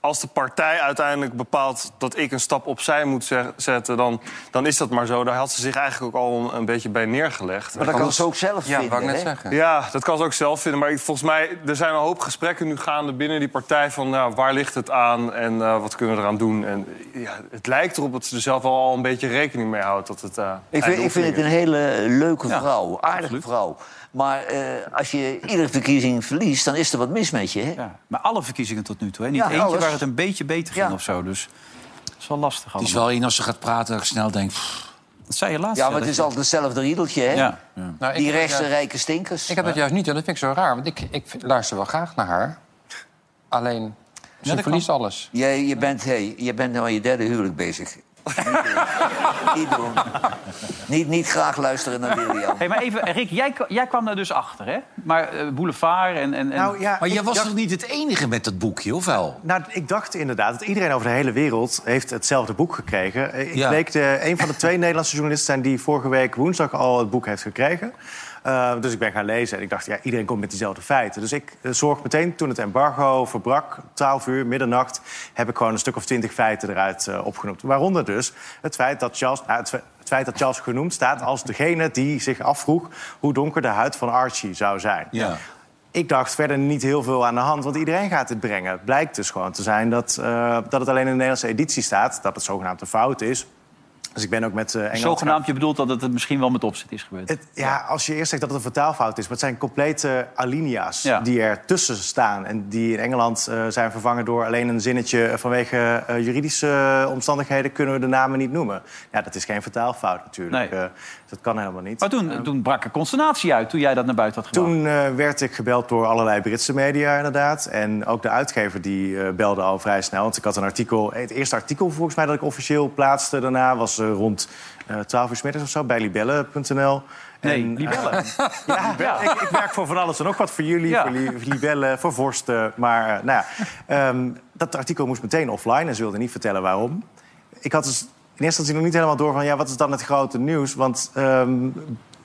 S6: als de partij uiteindelijk bepaalt dat ik een stap opzij moet zeg- zetten, dan, dan is dat maar zo. Daar had ze zich eigenlijk ook al een, een beetje bij neergelegd.
S2: Maar dat kan ze ook zelf vinden. hè?
S6: Ja, dat kan ze ook zelf vinden. Maar ik, volgens mij, er zijn een hoop gesprekken nu gaande binnen die partij... van nou, waar ligt het aan en eh, wat kunnen we eraan doen. En eh, ja, het lijkt erop dat ze er zelf wel al een beetje rekening mee houdt. Dat het, eh,
S2: Ik vind,
S6: einde
S2: ik vind
S6: oefening
S2: het een
S6: is.
S2: hele leuke vrouw, aardige vrouw. Maar eh, als je iedere verkiezing verliest, dan is er wat mis met je. Hè?
S1: Maar alle verkiezingen tot nu toe, hè? niet
S2: Ja,
S1: eentje
S2: alles.
S1: waar het een beetje beter ging of zo. Dus dat is wel lastig
S13: Het is
S1: allemaal.
S13: wel één als ze gaat praten, dat ik snel denk...
S1: Dat zei je laatst.
S2: Ja, maar het is altijd hetzelfde riedeltje, hè?
S13: Ja.
S8: Nou, ik
S2: Die
S8: heb dat
S2: rechtse
S8: juist-
S2: rijke stinkers.
S8: Ik heb dat juist niet en dat vind ik zo raar. Want ik, ik vind- luister wel graag naar haar. Alleen, ze verliest alles.
S2: Jij, je, bent, hey, je bent nu aan je derde huwelijk bezig. niet doen. Niet, niet graag luisteren naar William.
S1: Hey, maar even, Rick, jij, jij kwam daar dus achter, hè? Maar eh, Boulevard en... en en-
S7: Nou, ja, Maar jij ik was dacht-
S13: toch niet het enige met dat boekje, of wel?
S7: Nou, ik dacht inderdaad dat iedereen over de hele wereld heeft hetzelfde boek gekregen. Eh, Ik
S13: Ja.
S7: bleek de, een van de twee Nederlandse journalisten zijn die vorige week woensdag al het boek heeft gekregen. Eh, dus ik ben gaan lezen en ik dacht, ja, iedereen komt met diezelfde feiten. Dus ik eh, zorg meteen, toen het embargo verbrak, 12 uur, middernacht... heb ik gewoon een stuk of 20 feiten eruit eh, opgenoemd. Waaronder dus het feit dat Charles... nou, het fe- het feit dat Charles genoemd staat als degene die zich afvroeg... hoe donker de huid van Archie zou zijn.
S13: Ja.
S7: Ik dacht verder niet heel veel aan de hand, want iedereen gaat dit brengen. Het blijkt dus gewoon te zijn dat, eh, dat het alleen in de Nederlandse editie staat. Dat het zogenaamd een fout is. Dus ik ben ook met eh Engels...
S1: Zogenaamd, je bedoelt dat het misschien wel met opzet is gebeurd.
S7: Het- ja, als je eerst zegt dat het een vertaalfout is... maar het zijn complete alinea's
S1: Ja.
S7: die er tussen staan... en die in Engeland eh, zijn vervangen door alleen een zinnetje... vanwege eh, juridische omstandigheden kunnen we de namen niet noemen. Ja, dat is geen vertaalfout natuurlijk. Eh, dat kan helemaal niet.
S1: Maar toen, toen brak er consternatie uit, toen jij dat naar buiten had gebracht.
S7: Nou. Toen eh, werd ik gebeld door allerlei Britse media, inderdaad. En ook de uitgever die eh, belde al vrij snel. Want ik had een artikel, het eerste artikel volgens mij dat ik officieel plaatste daarna... was eh, rond eh 12 uur 's middags of zo, bij libelle.nl.
S1: Nee,
S7: En,
S1: libellen.
S7: ja, Ik, ik werk voor van alles en ook wat voor jullie,
S1: Ja.
S7: voor li- voor libellen, voor vorsten. Maar eh, nou ja, ehm, dat artikel moest meteen offline en ze wilden niet vertellen waarom. Ik had dus in eerste instantie nog niet helemaal door van... ja, wat is dan het grote nieuws? Want ehm,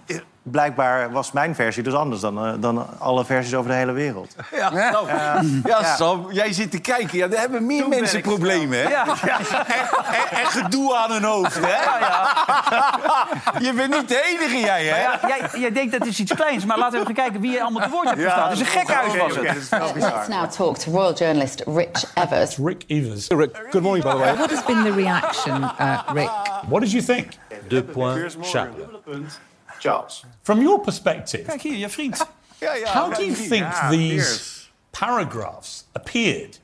S7: eh, blijkbaar was mijn versie dus anders dan, eh, dan alle versies over de hele wereld.
S3: Ja, nou, ja,
S7: Ja.
S3: Sam, jij zit te kijken. Ja, daar hebben meer
S7: Toen
S3: mensen
S7: ben ik-
S3: problemen, hè?
S7: Ja.
S3: En, en- en gedoe aan hun hoofd, hè? Je bent niet de enige, jij, hè?
S1: Maar ja, jij, jij denkt dat is iets kleins, maar laten we even kijken wie je allemaal te woord hebt
S3: Ja,
S1: gestaan. Het is een
S3: dat-
S1: gek huis
S3: oké,
S1: was
S3: oké, dat is wel
S1: het.
S3: bizar.
S14: Let's now talk to royal journalist Rich Evers.
S15: Rick Evers. Rick, good morning, by the way.
S14: What has been the reaction, uh, Rick?
S15: What did you think? De Point Chapler. Charles. From your perspective,
S1: Kijk hier, je vriend.
S3: Ja, ja,
S15: how do you
S3: ja,
S15: think
S3: ja,
S15: these paragraphs appeared?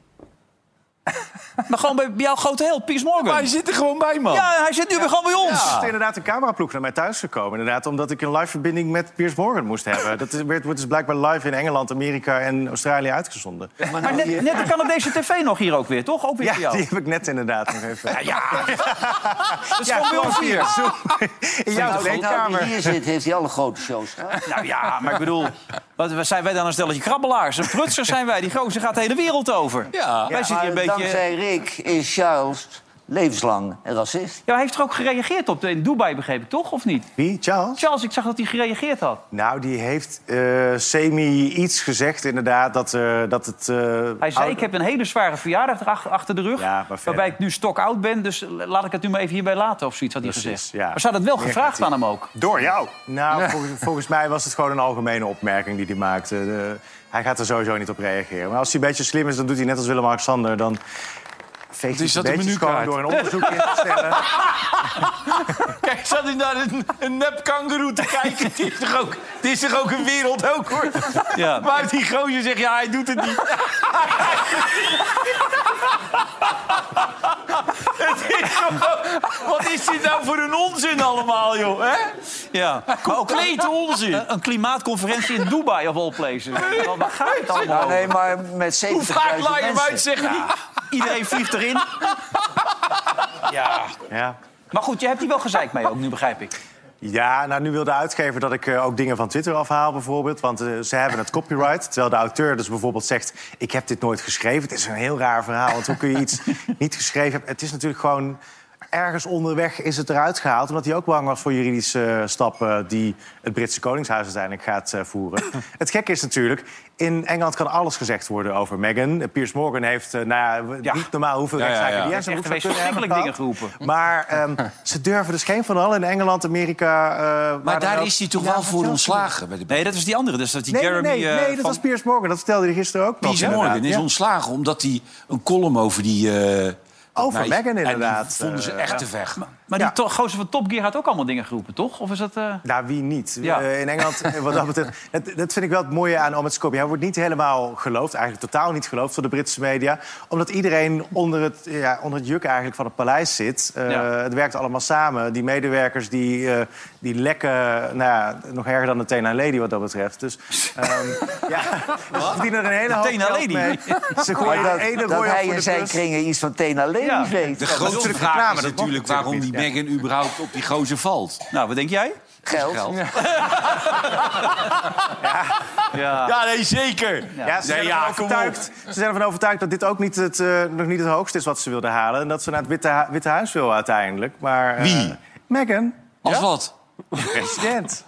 S1: Maar gewoon bij jouw grote held, Piers Morgan.
S3: Maar hij zit er gewoon bij, man.
S1: Ja, hij zit nu weer gewoon bij ons.
S7: Er is inderdaad een cameraploeg naar mij thuis gekomen. Inderdaad, omdat ik een live verbinding met Piers Morgan moest hebben. Dat is, werd, wordt dus blijkbaar live in Engeland, Amerika en Australië uitgezonden.
S1: Maar net, net de Canadese tv nog hier ook weer, toch? Ook weer voor
S7: Ja,
S1: jou.
S7: die heb ik net inderdaad nog even.
S1: Dat is gewoon bij ons
S7: klopt,
S1: hier.
S7: Zo- In jouw
S2: Nou,
S7: kleedkamer.
S2: die hier zit, heeft hij alle grote shows gehad.
S1: Nou ja, maar ik bedoel, wat, wat zijn wij dan een stelletje krabbelaars? Een prutsers zijn wij. Die gozer gaat de hele wereld over.
S2: Ja,
S1: wij zitten hier een
S2: maar
S1: beetje...
S2: Dankzij Rick is Charles levenslang een racist.
S1: Ja, hij heeft er ook gereageerd op de- in Dubai, begreep ik, toch? Of niet?
S7: Wie? Charles?
S1: Charles, ik zag dat hij gereageerd had.
S7: Nou, die heeft eh, semi iets gezegd, inderdaad, dat, eh, dat het... eh,
S1: Hij zei,
S2: Oh.
S7: oude-
S1: ik heb een hele zware verjaardag erach- achter de rug... waarbij ik nu stokoud ben, dus laat ik het nu maar even hierbij laten... of zoiets had hij
S7: Precies,
S1: gezegd.
S7: ja.
S1: Maar ze hadden het wel
S7: Meer
S1: gevraagd
S7: kritiek.
S1: aan hem ook.
S7: Door jou? Nou, volgens, volgens mij was het gewoon een algemene opmerking die hij maakte. De- hij gaat er sowieso niet op reageren. Maar als hij een beetje slim is, dan doet hij net als Willem-Alexander. Dan veegt hij
S3: is
S7: zijn
S3: dat de
S7: beetjes gewoon
S3: menukaart?
S7: door een onderzoek in te stellen.
S3: Kijk, zat hij naar een, een nep kangeroe te kijken? Het is, toch ook, het is toch ook een wereld ook, hoor?
S1: Ja.
S3: Maar die gozer zegt, ja, hij doet het niet. het is toch, wat is dit nou voor een onzin allemaal, joh? Hè?
S1: Ja.
S3: Complete onzin.
S1: Een, een klimaatconferentie in Dubai, of all places. Waar waar gaat het allemaal
S2: Nou,
S1: over?
S2: nee, maar met 70.000
S3: Hoe vaak laai je hem
S2: mensen.
S3: uit, zeg
S1: Ja. Iedereen vliegt erin. Ja.
S7: Ja.
S1: Maar goed, je hebt hier wel gezeik mee ook, nu begrijp ik.
S7: Ja, nou, nu wil de uitgever dat ik eh, ook dingen van Twitter afhaal, bijvoorbeeld. Want eh, ze hebben het copyright. Terwijl de auteur dus bijvoorbeeld zegt... ik heb dit nooit geschreven. Het is een heel raar verhaal. Want hoe kun je iets niet geschreven hebben? Het is natuurlijk gewoon... ergens onderweg is het eruit gehaald... omdat hij ook bang was voor juridische eh, stappen... die het Britse Koningshuis uiteindelijk gaat eh, voeren. het gekke is natuurlijk, in Engeland kan alles gezegd worden over Meghan. Piers Morgan heeft eh, nou, ja, niet normaal hoeveel
S1: Ja, ja,
S7: rechtszaken...
S1: ja.
S7: die
S1: Die
S7: hij
S1: heeft echt
S7: zijn broek zou
S1: de meest
S7: kunnen hebben
S1: verschrikkelijke dingen
S7: gehad. Maar ehm, ze durven dus geen van al in Engeland, Amerika... eh,
S13: Maar daar is hij toch wel voor ontslagen? Bij de...
S1: Nee, dat was die andere. Dus dat die
S7: Nee, nee,
S13: Jeremy,
S7: nee,
S13: eh,
S7: nee, dat
S13: van-
S7: was Piers Morgan. Dat vertelde hij gisteren ook nog.
S13: Piers
S7: inderdaad.
S13: Morgan is
S7: Ja.
S13: ontslagen omdat hij een column over die... eh,
S7: Over
S13: nou,
S7: Meghan
S13: en die
S7: inderdaad,
S13: vonden ze
S7: eh,
S13: echt
S7: ja.
S13: te weg.
S1: Maar die to- gozer van Top Gear had ook allemaal dingen geroepen, toch? Of is dat... eh,
S7: Nou, wie niet?
S1: Ja.
S7: Eh, in Engeland, eh, wat dat betreft... Dat, dat vind ik wel het mooie aan Omid Scobie. Hij wordt niet helemaal geloofd, eigenlijk totaal niet geloofd... door de Britse media, omdat iedereen onder het, ja, onder het juk eigenlijk van het paleis zit. Eh,
S16: Ja.
S7: Het werkt allemaal samen. Die medewerkers die, eh, die lekken, nou ja, nog erger dan de Tena Lady wat dat betreft. Dus ehm, ja, ze verdienen er een hele hoop
S2: Tena
S7: geld
S2: Lady?
S7: mee. Ze gooien
S2: Maar
S7: dat,
S2: dat-
S7: ene
S2: dat
S7: rooi
S2: hij
S7: op voor
S2: in
S7: de
S2: zijn
S7: bus.
S2: kringen iets van Tena Lely weet.
S13: De
S2: Dat is
S13: grootste
S2: natuurlijk
S13: vraag
S2: maar
S13: is
S2: dat mocht
S13: natuurlijk waarom die
S2: natuurlijk
S13: Meghan überhaupt op die gozer valt.
S1: Nou, wat denk jij?
S2: Geld.
S7: Ja.
S13: nee, zeker.
S7: Ja, ze, zijn ervan overtuigd, ze zijn ervan overtuigd dat dit ook niet het, eh, nog niet het hoogste is wat ze wilden halen. En dat ze naar het Witte, Hu- Witte Huis wil uiteindelijk. Maar, eh,
S13: Wie?
S7: Meghan.
S13: Als wat?
S7: President.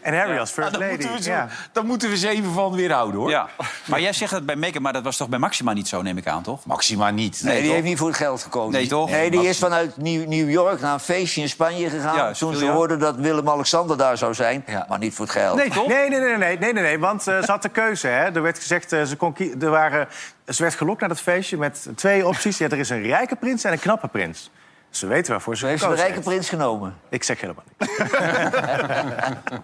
S7: en Harry als first lady. ja.
S13: Dan moeten we ze even van weerhouden, hoor.
S1: Ja. Maar jij zegt dat bij Megan, maar dat was toch bij Maxima niet zo, neem ik aan, toch?
S13: Maxima niet.
S2: Nee, die
S1: toch?
S2: heeft niet voor het geld gekomen.
S1: Nee, toch?
S2: Nee, die is vanuit Nieuw, New York naar een feestje in Spanje gegaan.
S1: Ja,
S2: toen ze
S1: Sevilla.
S2: hoorden dat Willem-Alexander daar zou zijn. Maar niet voor het geld.
S7: Nee, nee, nee, nee, nee, nee, nee, want eh, ze had de keuze. Hè. Er werd gezegd, eh, ze, kon kie- er waren, ze werd gelokt naar dat feestje met twee opties. Ja, er is een rijke prins en een knappe prins. Ze weten waarvoor ze
S2: Heeft ze de
S7: gekozen
S2: rijke prins genomen?
S7: heeft. Ik zeg helemaal niet.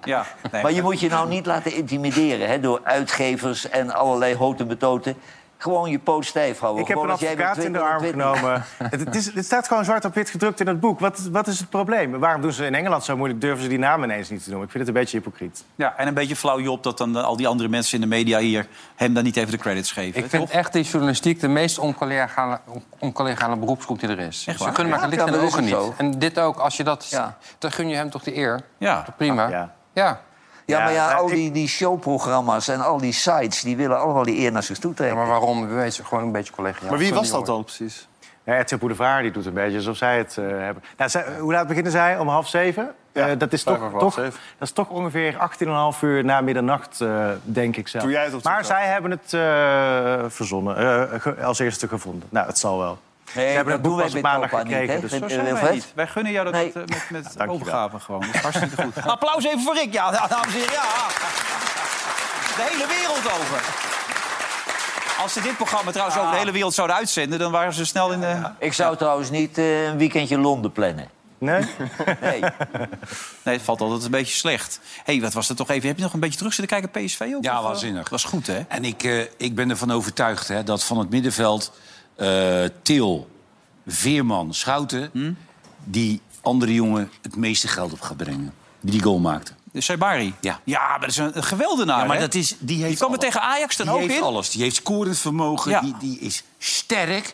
S1: Ja. nee.
S2: maar je moet je nou niet laten intimideren hè, door uitgevers en allerlei hoten betoten. Gewoon je poot stijf houden.
S7: Ik heb
S2: Gewoon als
S7: een
S2: jij
S7: advocaat
S2: bent
S7: in de arm
S2: 20,
S7: genomen. het, het is, het staat gewoon zwart op wit gedrukt in het boek. Wat, wat is het probleem? Waarom doen ze in Engeland zo moeilijk? Durven ze die namen ineens niet te noemen? Ik vind het een beetje hypocriet.
S1: Ja, en een beetje flauw Job dat dan eh, al die andere mensen in de media hier... hem dan niet even de credits geven.
S8: Ik vind echt die journalistiek de meest oncollegale, on- oncollegale beroepsgroep die er is.
S1: Echt
S8: Ze
S1: waar?
S8: gunnen
S1: Ja,
S8: elkaar licht
S1: ja,
S8: en
S1: dat is
S8: ogen niet.
S1: ook zo.
S8: En dit ook, als je dat...
S2: Ja.
S8: Dan gun je hem toch de eer?
S1: Ja.
S8: Prima.
S7: ja.
S8: ja.
S2: Ja, maar ja,
S8: Ja,
S2: al die, die showprogramma's en al die sites... die willen allemaal die eer naar zich toe trekken.
S8: maar waarom? We weten gewoon een beetje collegiaal.
S7: Maar wie was dat
S6: dan precies?
S7: Ja, Edwin Boulevard die doet een beetje alsof zij het eh, hebben. Nou, zij- hoe laat beginnen zij? Om half zeven? Eh, dat, is
S6: vijf
S7: toch,
S6: over half
S7: toch, dat
S6: zeven.
S7: is toch ongeveer 18,5 uur na middernacht, eh, denk ik zelf.
S6: Toen jij het op
S7: maar
S6: Twitter
S7: zij hebben het eh, verzonnen, eh, ge- als eerste gevonden. Nou, het zal wel.
S2: Nee,
S7: Ze hebben
S2: dat
S7: het boek
S2: doen wij
S7: pas op
S2: bij
S7: maandag
S2: Talpa niet,
S7: gekregen.
S2: hè?
S7: dus
S2: Met-
S7: zo
S2: eh,
S7: zijn wij
S2: Wilfred?
S7: niet.
S1: Wij gunnen jou dat eh, met, met
S7: dankjewel.
S1: overgave gewoon. Dat is hartstikke goed. Applaus even voor Rick. Ja, dames en heren. Ja. De hele wereld over. Als ze dit programma trouwens over de hele wereld zouden uitzenden... dan waren ze snel in de...
S2: Ik zou trouwens niet eh, een weekendje Londen plannen.
S7: Nee?
S2: Nee.
S1: Nee, het valt altijd een beetje slecht. Hé, hey, wat was dat toch even? Heb je nog een beetje terug zitten kijken PSV? Ook,
S13: Ja,
S1: Of, eh,
S13: waanzinnig.
S1: Was goed, hè?
S13: En ik, eh, ik ben ervan overtuigd hè, dat van het middenveld... eh Til, Veerman, Schouten... die andere jongen het meeste geld op gaat brengen. Die die goal maakte.
S1: De Saibari.
S13: Ja.
S1: Ja, maar dat is een, een geweldenaar,
S13: Ja, maar
S1: hè?
S13: dat is, die heeft
S1: Die kwam er
S13: alles.
S1: tegen Ajax dan
S13: die
S1: ook
S13: heeft
S1: in?
S13: alles. Die heeft scorend vermogen.
S1: Ja.
S13: Die, die is sterk.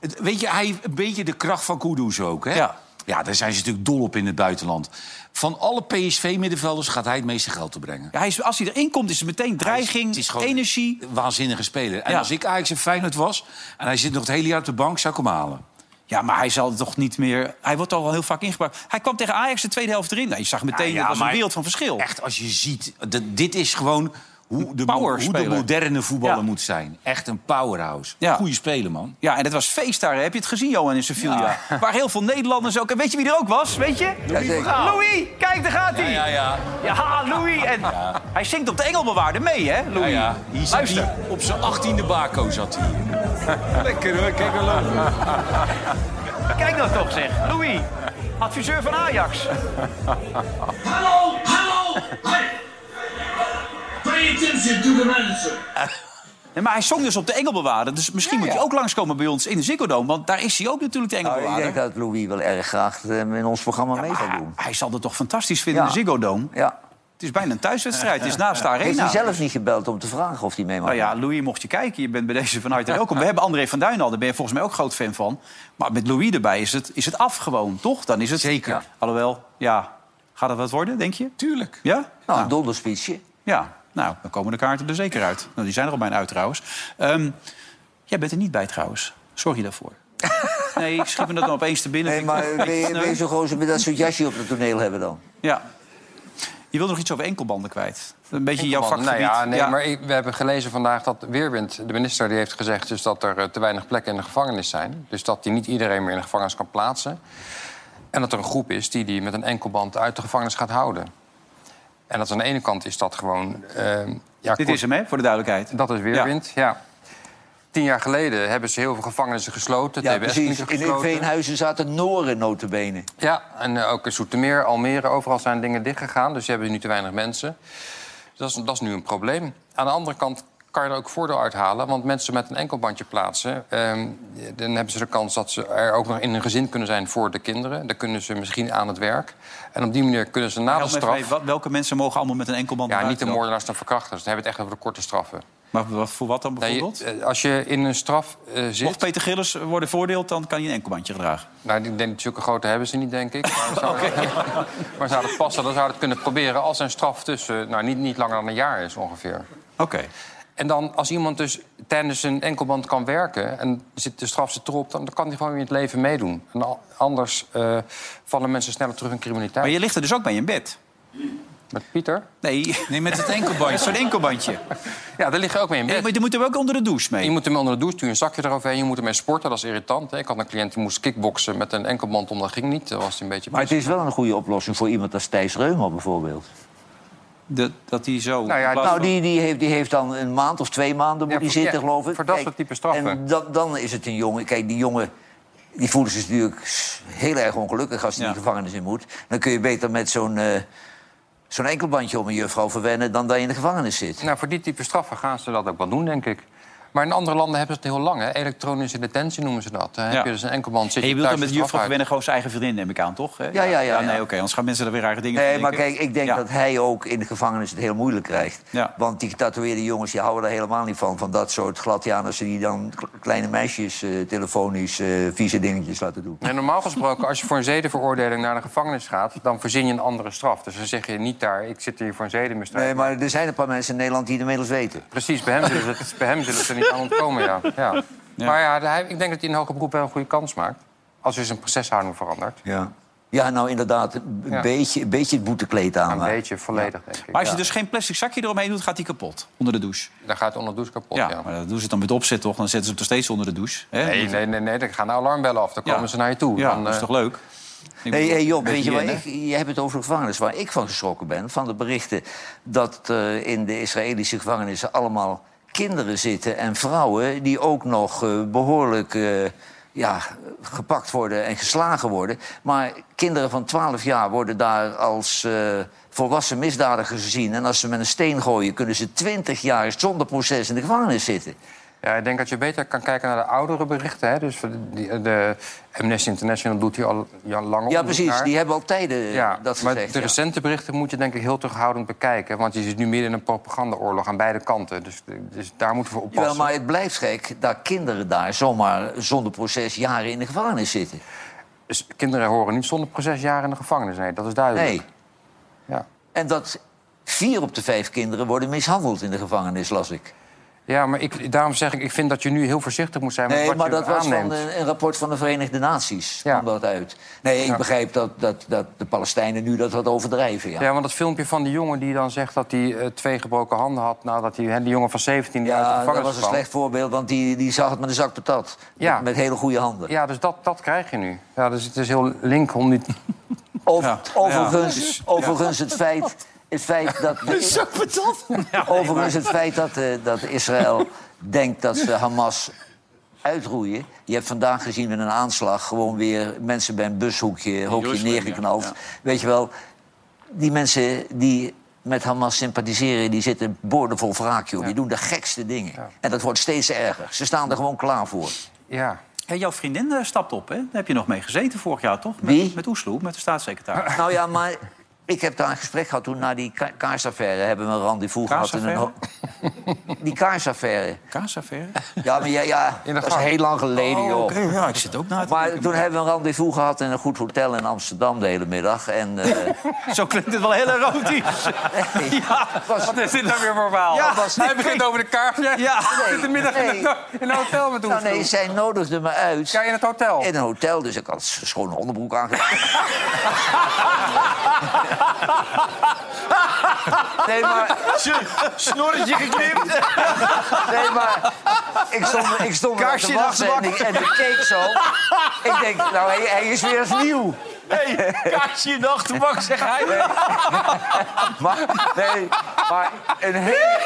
S13: Het- Weet je, hij heeft een beetje de kracht van Kudus ook. Hè?
S1: Ja.
S13: ja, daar zijn ze natuurlijk dol op in het buitenland. Van alle PSV-middenvelders gaat hij het meeste geld te brengen.
S1: Ja, hij is, als hij erin komt, is het meteen dreiging, energie.
S13: Een Waanzinnige speler. En
S1: Ja.
S13: als ik Ajax en Feyenoord was... en hij zit nog het hele jaar op de bank, zou ik hem halen.
S1: Ja, maar hij zal toch niet meer... Hij wordt al wel heel vaak ingebracht. Hij kwam tegen Ajax de tweede helft erin. Nou, je zag meteen,
S13: Ja, ja,
S1: dat was een
S13: maar
S1: wereld van verschil.
S13: Echt, als je ziet... dat dit is gewoon hoe de, mo- hoe de
S1: powerspeler.
S13: moderne voetballer
S1: Ja.
S13: moet zijn. Echt een powerhouse.
S1: Ja.
S13: Goeie speler, man.
S1: Ja, en het was feest daar. hè? Heb je het gezien, Johan, in Sevilla? Waar heel veel Nederlanders ook... En weet je wie er ook was, weet je? Louis,
S13: van Gaal.
S1: kijk, daar gaat hij.
S13: Ja, ja, ja.
S1: Ja, Louis. En Hij zingt op de Engelbewaarde mee, hè, Louis?
S13: Ja, ja. Hier zat
S1: Luister.
S13: hij. Op zijn achttiende bako zat hij.
S1: Lekker hoor, kijk wel Kijk nou toch, zeg. Louis, adviseur van Ajax.
S17: Hallo, hallo! Hey. Pay attention to the manager.
S1: Nee, maar hij zong dus op de Engelbewaarde. Dus misschien moet je ook langskomen bij ons in de Ziggo Dome. Want daar is hij ook natuurlijk de
S2: Nou, ik
S1: Engelbewaarde.
S2: denk dat Louis wel erg graag eh, in ons programma mee zou doen.
S1: Ah, Hij zal het toch fantastisch vinden
S2: Ja.
S1: in de Ziggo Dome?
S2: Ja.
S1: Het is bijna een thuiswedstrijd. Het is naast de
S2: Heeft hij
S1: arena.
S2: zelf niet gebeld om te vragen of hij mee mag?
S1: Nou ja, Louis, mocht je kijken, je bent bij deze van harte welkom. We hebben André van Duin al, daar ben je volgens mij ook groot fan van. Maar met Louis erbij is het, is het af gewoon, toch? Dan is het... Zeker. Alhoewel, ja, gaat dat wat worden, denk je?
S13: Tuurlijk.
S1: Ja?
S2: Nou, een donderspietsje.
S1: Ja, nou, dan komen de kaarten er zeker uit. Nou, die zijn er al bijna uit trouwens. Ehm, jij bent er niet bij trouwens. Sorry daarvoor. Nee, ik schiet me dat dan opeens te binnen.
S2: Nee, maar
S1: Vind ik-
S2: ben je, ben je zo'n gozer met dat soort jasje op het toneel hebben dan?
S1: Ja. Je wil nog iets over enkelbanden kwijt. Een beetje jouw vakgebied.
S8: Nou ja, nee, maar ik- we hebben gelezen vandaag dat Weerwind, de minister, die heeft gezegd dus dat er eh, te weinig plekken in de gevangenis zijn. Dus dat hij niet iedereen meer in de gevangenis kan plaatsen. En dat er een groep is die die met een enkelband uit de gevangenis gaat houden. En dat aan de ene kant is dat gewoon. eh, ja,
S1: Dit is hem, hè, voor de duidelijkheid.
S8: Dat is Weerwind, ja. Tien jaar geleden hebben ze heel veel gevangenissen gesloten.
S2: Ja,
S8: TBS -klinieken
S2: precies. In, in
S8: gesloten.
S2: Veenhuizen zaten Noren notabene.
S8: Ja, en eh, ook in Soetermeer, Almere, overal zijn dingen dichtgegaan. Dus je hebt nu te weinig mensen. Dus dat, is, dat is nu een probleem. Aan de andere kant kan je er ook voordeel uithalen. Want mensen met een enkelbandje plaatsen... ehm, dan hebben ze de kans dat ze er ook nog in een gezin kunnen zijn voor de kinderen. Dan kunnen ze misschien aan het werk. En op die manier kunnen ze na de
S1: Help me even mee,
S8: straf...
S1: wat- welke mensen mogen allemaal met een enkelband
S8: Ja,
S1: naar
S8: niet de
S1: buiten dan?
S8: moordenaars en verkrachters. Dan hebben we het echt over de korte straffen. eh,
S1: Maar wat- voor wat dan bijvoorbeeld?
S8: als je in een straf eh, zit...
S1: Mocht Peter Gillis worden voordeeld, dan kan je een enkelbandje dragen.
S8: Nou, ik denk dat zulke grote hebben ze niet, denk ik. Maar zou, maar zou dat passen, dan zou het kunnen proberen... als een straf tussen, nou, niet, niet langer dan een jaar is ongeveer. Oké. En dan, als iemand dus tijdens een enkelband kan werken... en zit de straf zit erop, dan, dan kan hij gewoon weer in het leven meedoen. En al- anders eh, vallen mensen sneller terug in criminaliteit.
S1: Maar je ligt er dus ook bij in bed?
S8: Met Pieter?
S1: Nee, nee met het enkelbandje. Zo'n enkelbandje.
S8: Ja, daar lig je ook mee in bed.
S1: maar je moet hem ook onder de douche mee.
S8: Je moet hem onder de douche, doe je een zakje eroverheen. Je moet ermee sporten, dat is irritant. Hè? Ik had een cliënt die moest kickboksen met een enkelband om. Dat ging niet, dat was hij een beetje...
S2: Maar het is wel een goede oplossing voor iemand als Thijs Reumel bijvoorbeeld.
S1: dat hij zo...
S2: Nou,
S1: in plaats van-
S2: die, die, heeft, die heeft dan een maand of twee maanden moet
S1: Ja,
S2: die
S1: voor-
S2: zitten,
S1: ja,
S2: geloof ik.
S1: voor dat
S2: Kijk,
S1: soort type straffen.
S2: En dan, dan is het een jongen... Kijk, die jongen die voelt zich natuurlijk s- heel erg ongelukkig... als hij de gevangenis in moet. Dan kun je beter met zo'n eh, zo'n enkelbandje om een juffrouw verwennen... dan dat je in de gevangenis zit.
S8: Nou, voor die type straffen gaan ze dat ook wel doen, denk ik. Maar in andere landen hebben ze het heel lang, hè? Elektronische detentie noemen ze dat. Dan
S1: Ja.
S8: heb je dus een enkelband
S1: En
S8: zitten
S1: je wilt dan met juffrouw
S8: uit.
S1: gewennen gewoon zijn eigen vriendin, neem ik aan, toch? Ja,
S2: ja, ja,
S1: nee,
S2: ja.
S1: oké, anders gaan mensen er weer rare dingen
S2: Nee,
S1: van
S2: maar
S1: denken.
S2: kijk, ik denk
S1: Ja.
S2: dat hij ook in de gevangenis het heel moeilijk krijgt.
S1: Ja.
S2: Want die getatoeëerde jongens die houden er helemaal niet van. Van dat soort gladjaners die dan k- kleine meisjes eh, telefonisch eh, vieze dingetjes laten doen.
S8: En normaal gesproken, als je voor een zedenveroordeling naar de gevangenis gaat... dan verzin je een andere straf. Dus dan zeg je niet daar, ik zit hier voor een zedenmisdrijf.
S2: Nee, maar er zijn een paar mensen in Nederland die het inmiddels weten.
S8: Precies, bij hem zullen ze, bij hem zullen ze er niet aan ontkomen, ja. ja. Maar ja, hij- ik denk dat hij in hoger beroep wel een goede kans maakt. Als er zijn proceshouding verandert.
S2: Ja. Ja, nou inderdaad, een
S8: Ja.
S2: beetje, een beetje het boetekleed aan. Een
S8: beetje, volledig, denk ik.
S1: Maar als je dus geen plastic zakje eromheen doet, gaat die kapot. Onder de douche.
S8: Dan gaat het onder de douche kapot,
S1: ja. maar dat doen ze het dan met opzet, toch? Dan zetten ze hem toch steeds onder de douche. Hè?
S8: Nee, nee, nee, nee, dan gaan de alarmbellen af. Dan
S1: Ja.
S8: komen ze naar je toe.
S1: Ja, dus
S8: Dan,
S1: dat is
S8: eh,
S1: toch leuk? Ik
S2: Hé,
S1: bedoel,
S2: hey, Job,
S1: met
S2: weet je waar
S1: hygiëne.
S2: ik, je hebt het over de gevangenis. Waar ik van geschrokken ben, van de berichten... dat eh, in de Israëlische gevangenissen allemaal kinderen zitten... en vrouwen die ook nog eh, behoorlijk eh, ja, gepakt worden en geslagen worden. Maar kinderen van 12 jaar worden daar als eh, volwassen misdadigers gezien. En als ze met een steen gooien, kunnen ze 20 jaar zonder proces in de gevangenis zitten.
S8: Ja, ik denk dat je beter kan kijken naar de oudere berichten. Hè? Dus voor de, die- de Amnesty International doet hier al ja, lang
S2: Ja,
S8: onderzoek
S2: precies.
S8: naar.
S2: Die hebben al tijden eh,
S8: ja,
S2: dat
S8: maar
S2: gezegd.
S8: de
S2: ja.
S8: recente berichten moet je denk ik heel terughoudend bekijken. Want je zit nu midden in een propagandaoorlog aan beide kanten. Dus, dus daar moeten we oppassen.
S2: Jawel, maar het blijft gek dat kinderen daar zomaar zonder proces jaren in de gevangenis zitten.
S8: Dus kinderen horen niet zonder proces jaren in de gevangenis. Nee, dat is duidelijk.
S2: Nee.
S8: Ja.
S2: En dat vier op de vijf kinderen worden mishandeld in de gevangenis, las ik.
S8: Ja, maar ik, daarom zeg ik, ik vind dat je nu heel voorzichtig moet zijn met
S2: Nee,
S8: wat
S2: maar
S8: je
S2: dat was
S8: aanneemt.
S2: van een, een rapport van de Verenigde Naties. kwam dat uit. Nee, ik
S8: Ja.
S2: begrijp dat, dat, dat de Palestijnen nu dat wat overdrijven. Ja.
S8: Ja, want dat filmpje van die jongen die dan zegt dat hij eh, twee gebroken handen had... nadat hij, hè, die jongen van 17 die uit de
S2: Ja, dat
S8: gevangenis
S2: was een
S8: kwam.
S2: slecht voorbeeld, want die, die zag het met een zak patat.
S8: Ja.
S2: Met, met hele goede handen.
S8: Ja, dus dat, dat krijg je nu. Ja, dus het is heel link om niet...
S2: Over- Overigens, overigens het feit... Het feit dat de- Overigens het feit dat, eh, dat Israël denkt dat ze Hamas uitroeien. Je hebt vandaag gezien met een aanslag gewoon weer mensen bij een bushoekje hoekje
S1: Jeruzalem,
S2: neergeknald.
S1: ja, ja.
S2: Weet je wel, die mensen die met Hamas sympathiseren, die zitten boordevol wraak, joh. Die doen de gekste dingen. En dat wordt steeds erger. Ze staan er gewoon klaar voor.
S8: Ja.
S1: Hé, jouw vriendin eh, stapt op, hè? Daar heb je nog mee gezeten vorig jaar, toch? Met, Wie? Met Oesloe, met de staatssecretaris.
S2: Nou ja, maar ik heb daar een gesprek gehad toen na die ka- kaarsaffaire hebben we een rendezvous gehad. In een ho- Die kaarsaffaire.
S1: Kaarsaffaire?
S2: Ja, maar ja, ja
S1: In de
S2: dat is
S1: gang.
S2: heel lang geleden,
S1: Oh,
S2: joh.
S1: oké, ja, ik zit ook na te
S2: Maar
S1: denken.
S2: toen hebben we een rendezvous gehad in een goed hotel in Amsterdam de hele middag. En, eh,
S1: Zo klinkt het wel heel erotisch. ja,
S2: wat
S8: is dit nou weer voor verhaal?
S2: Ja, was
S8: Hij
S2: niet-
S8: begint over de kaart. Ja,
S2: Nee,
S8: zit de middag in
S2: nee.
S8: een- in een hotel met ons.
S2: Nou, nee, zij nodigde me uit. Ja,
S8: in het hotel.
S2: In een hotel, dus ik had een schone onderbroek aangedaan. nee, maar...
S18: Snorretje geknipt.
S2: Nee, maar ik stond, ik stond erop
S18: Kaarsje
S2: te
S18: in de
S2: wachten en
S18: achterbak.
S2: ik, en ik keek zo. Ik denk, nou, hij, hij is weer als nieuw.
S18: Hey, kaarsje in de achterbak, zeg hij.
S2: Maar, nee, maar een heel...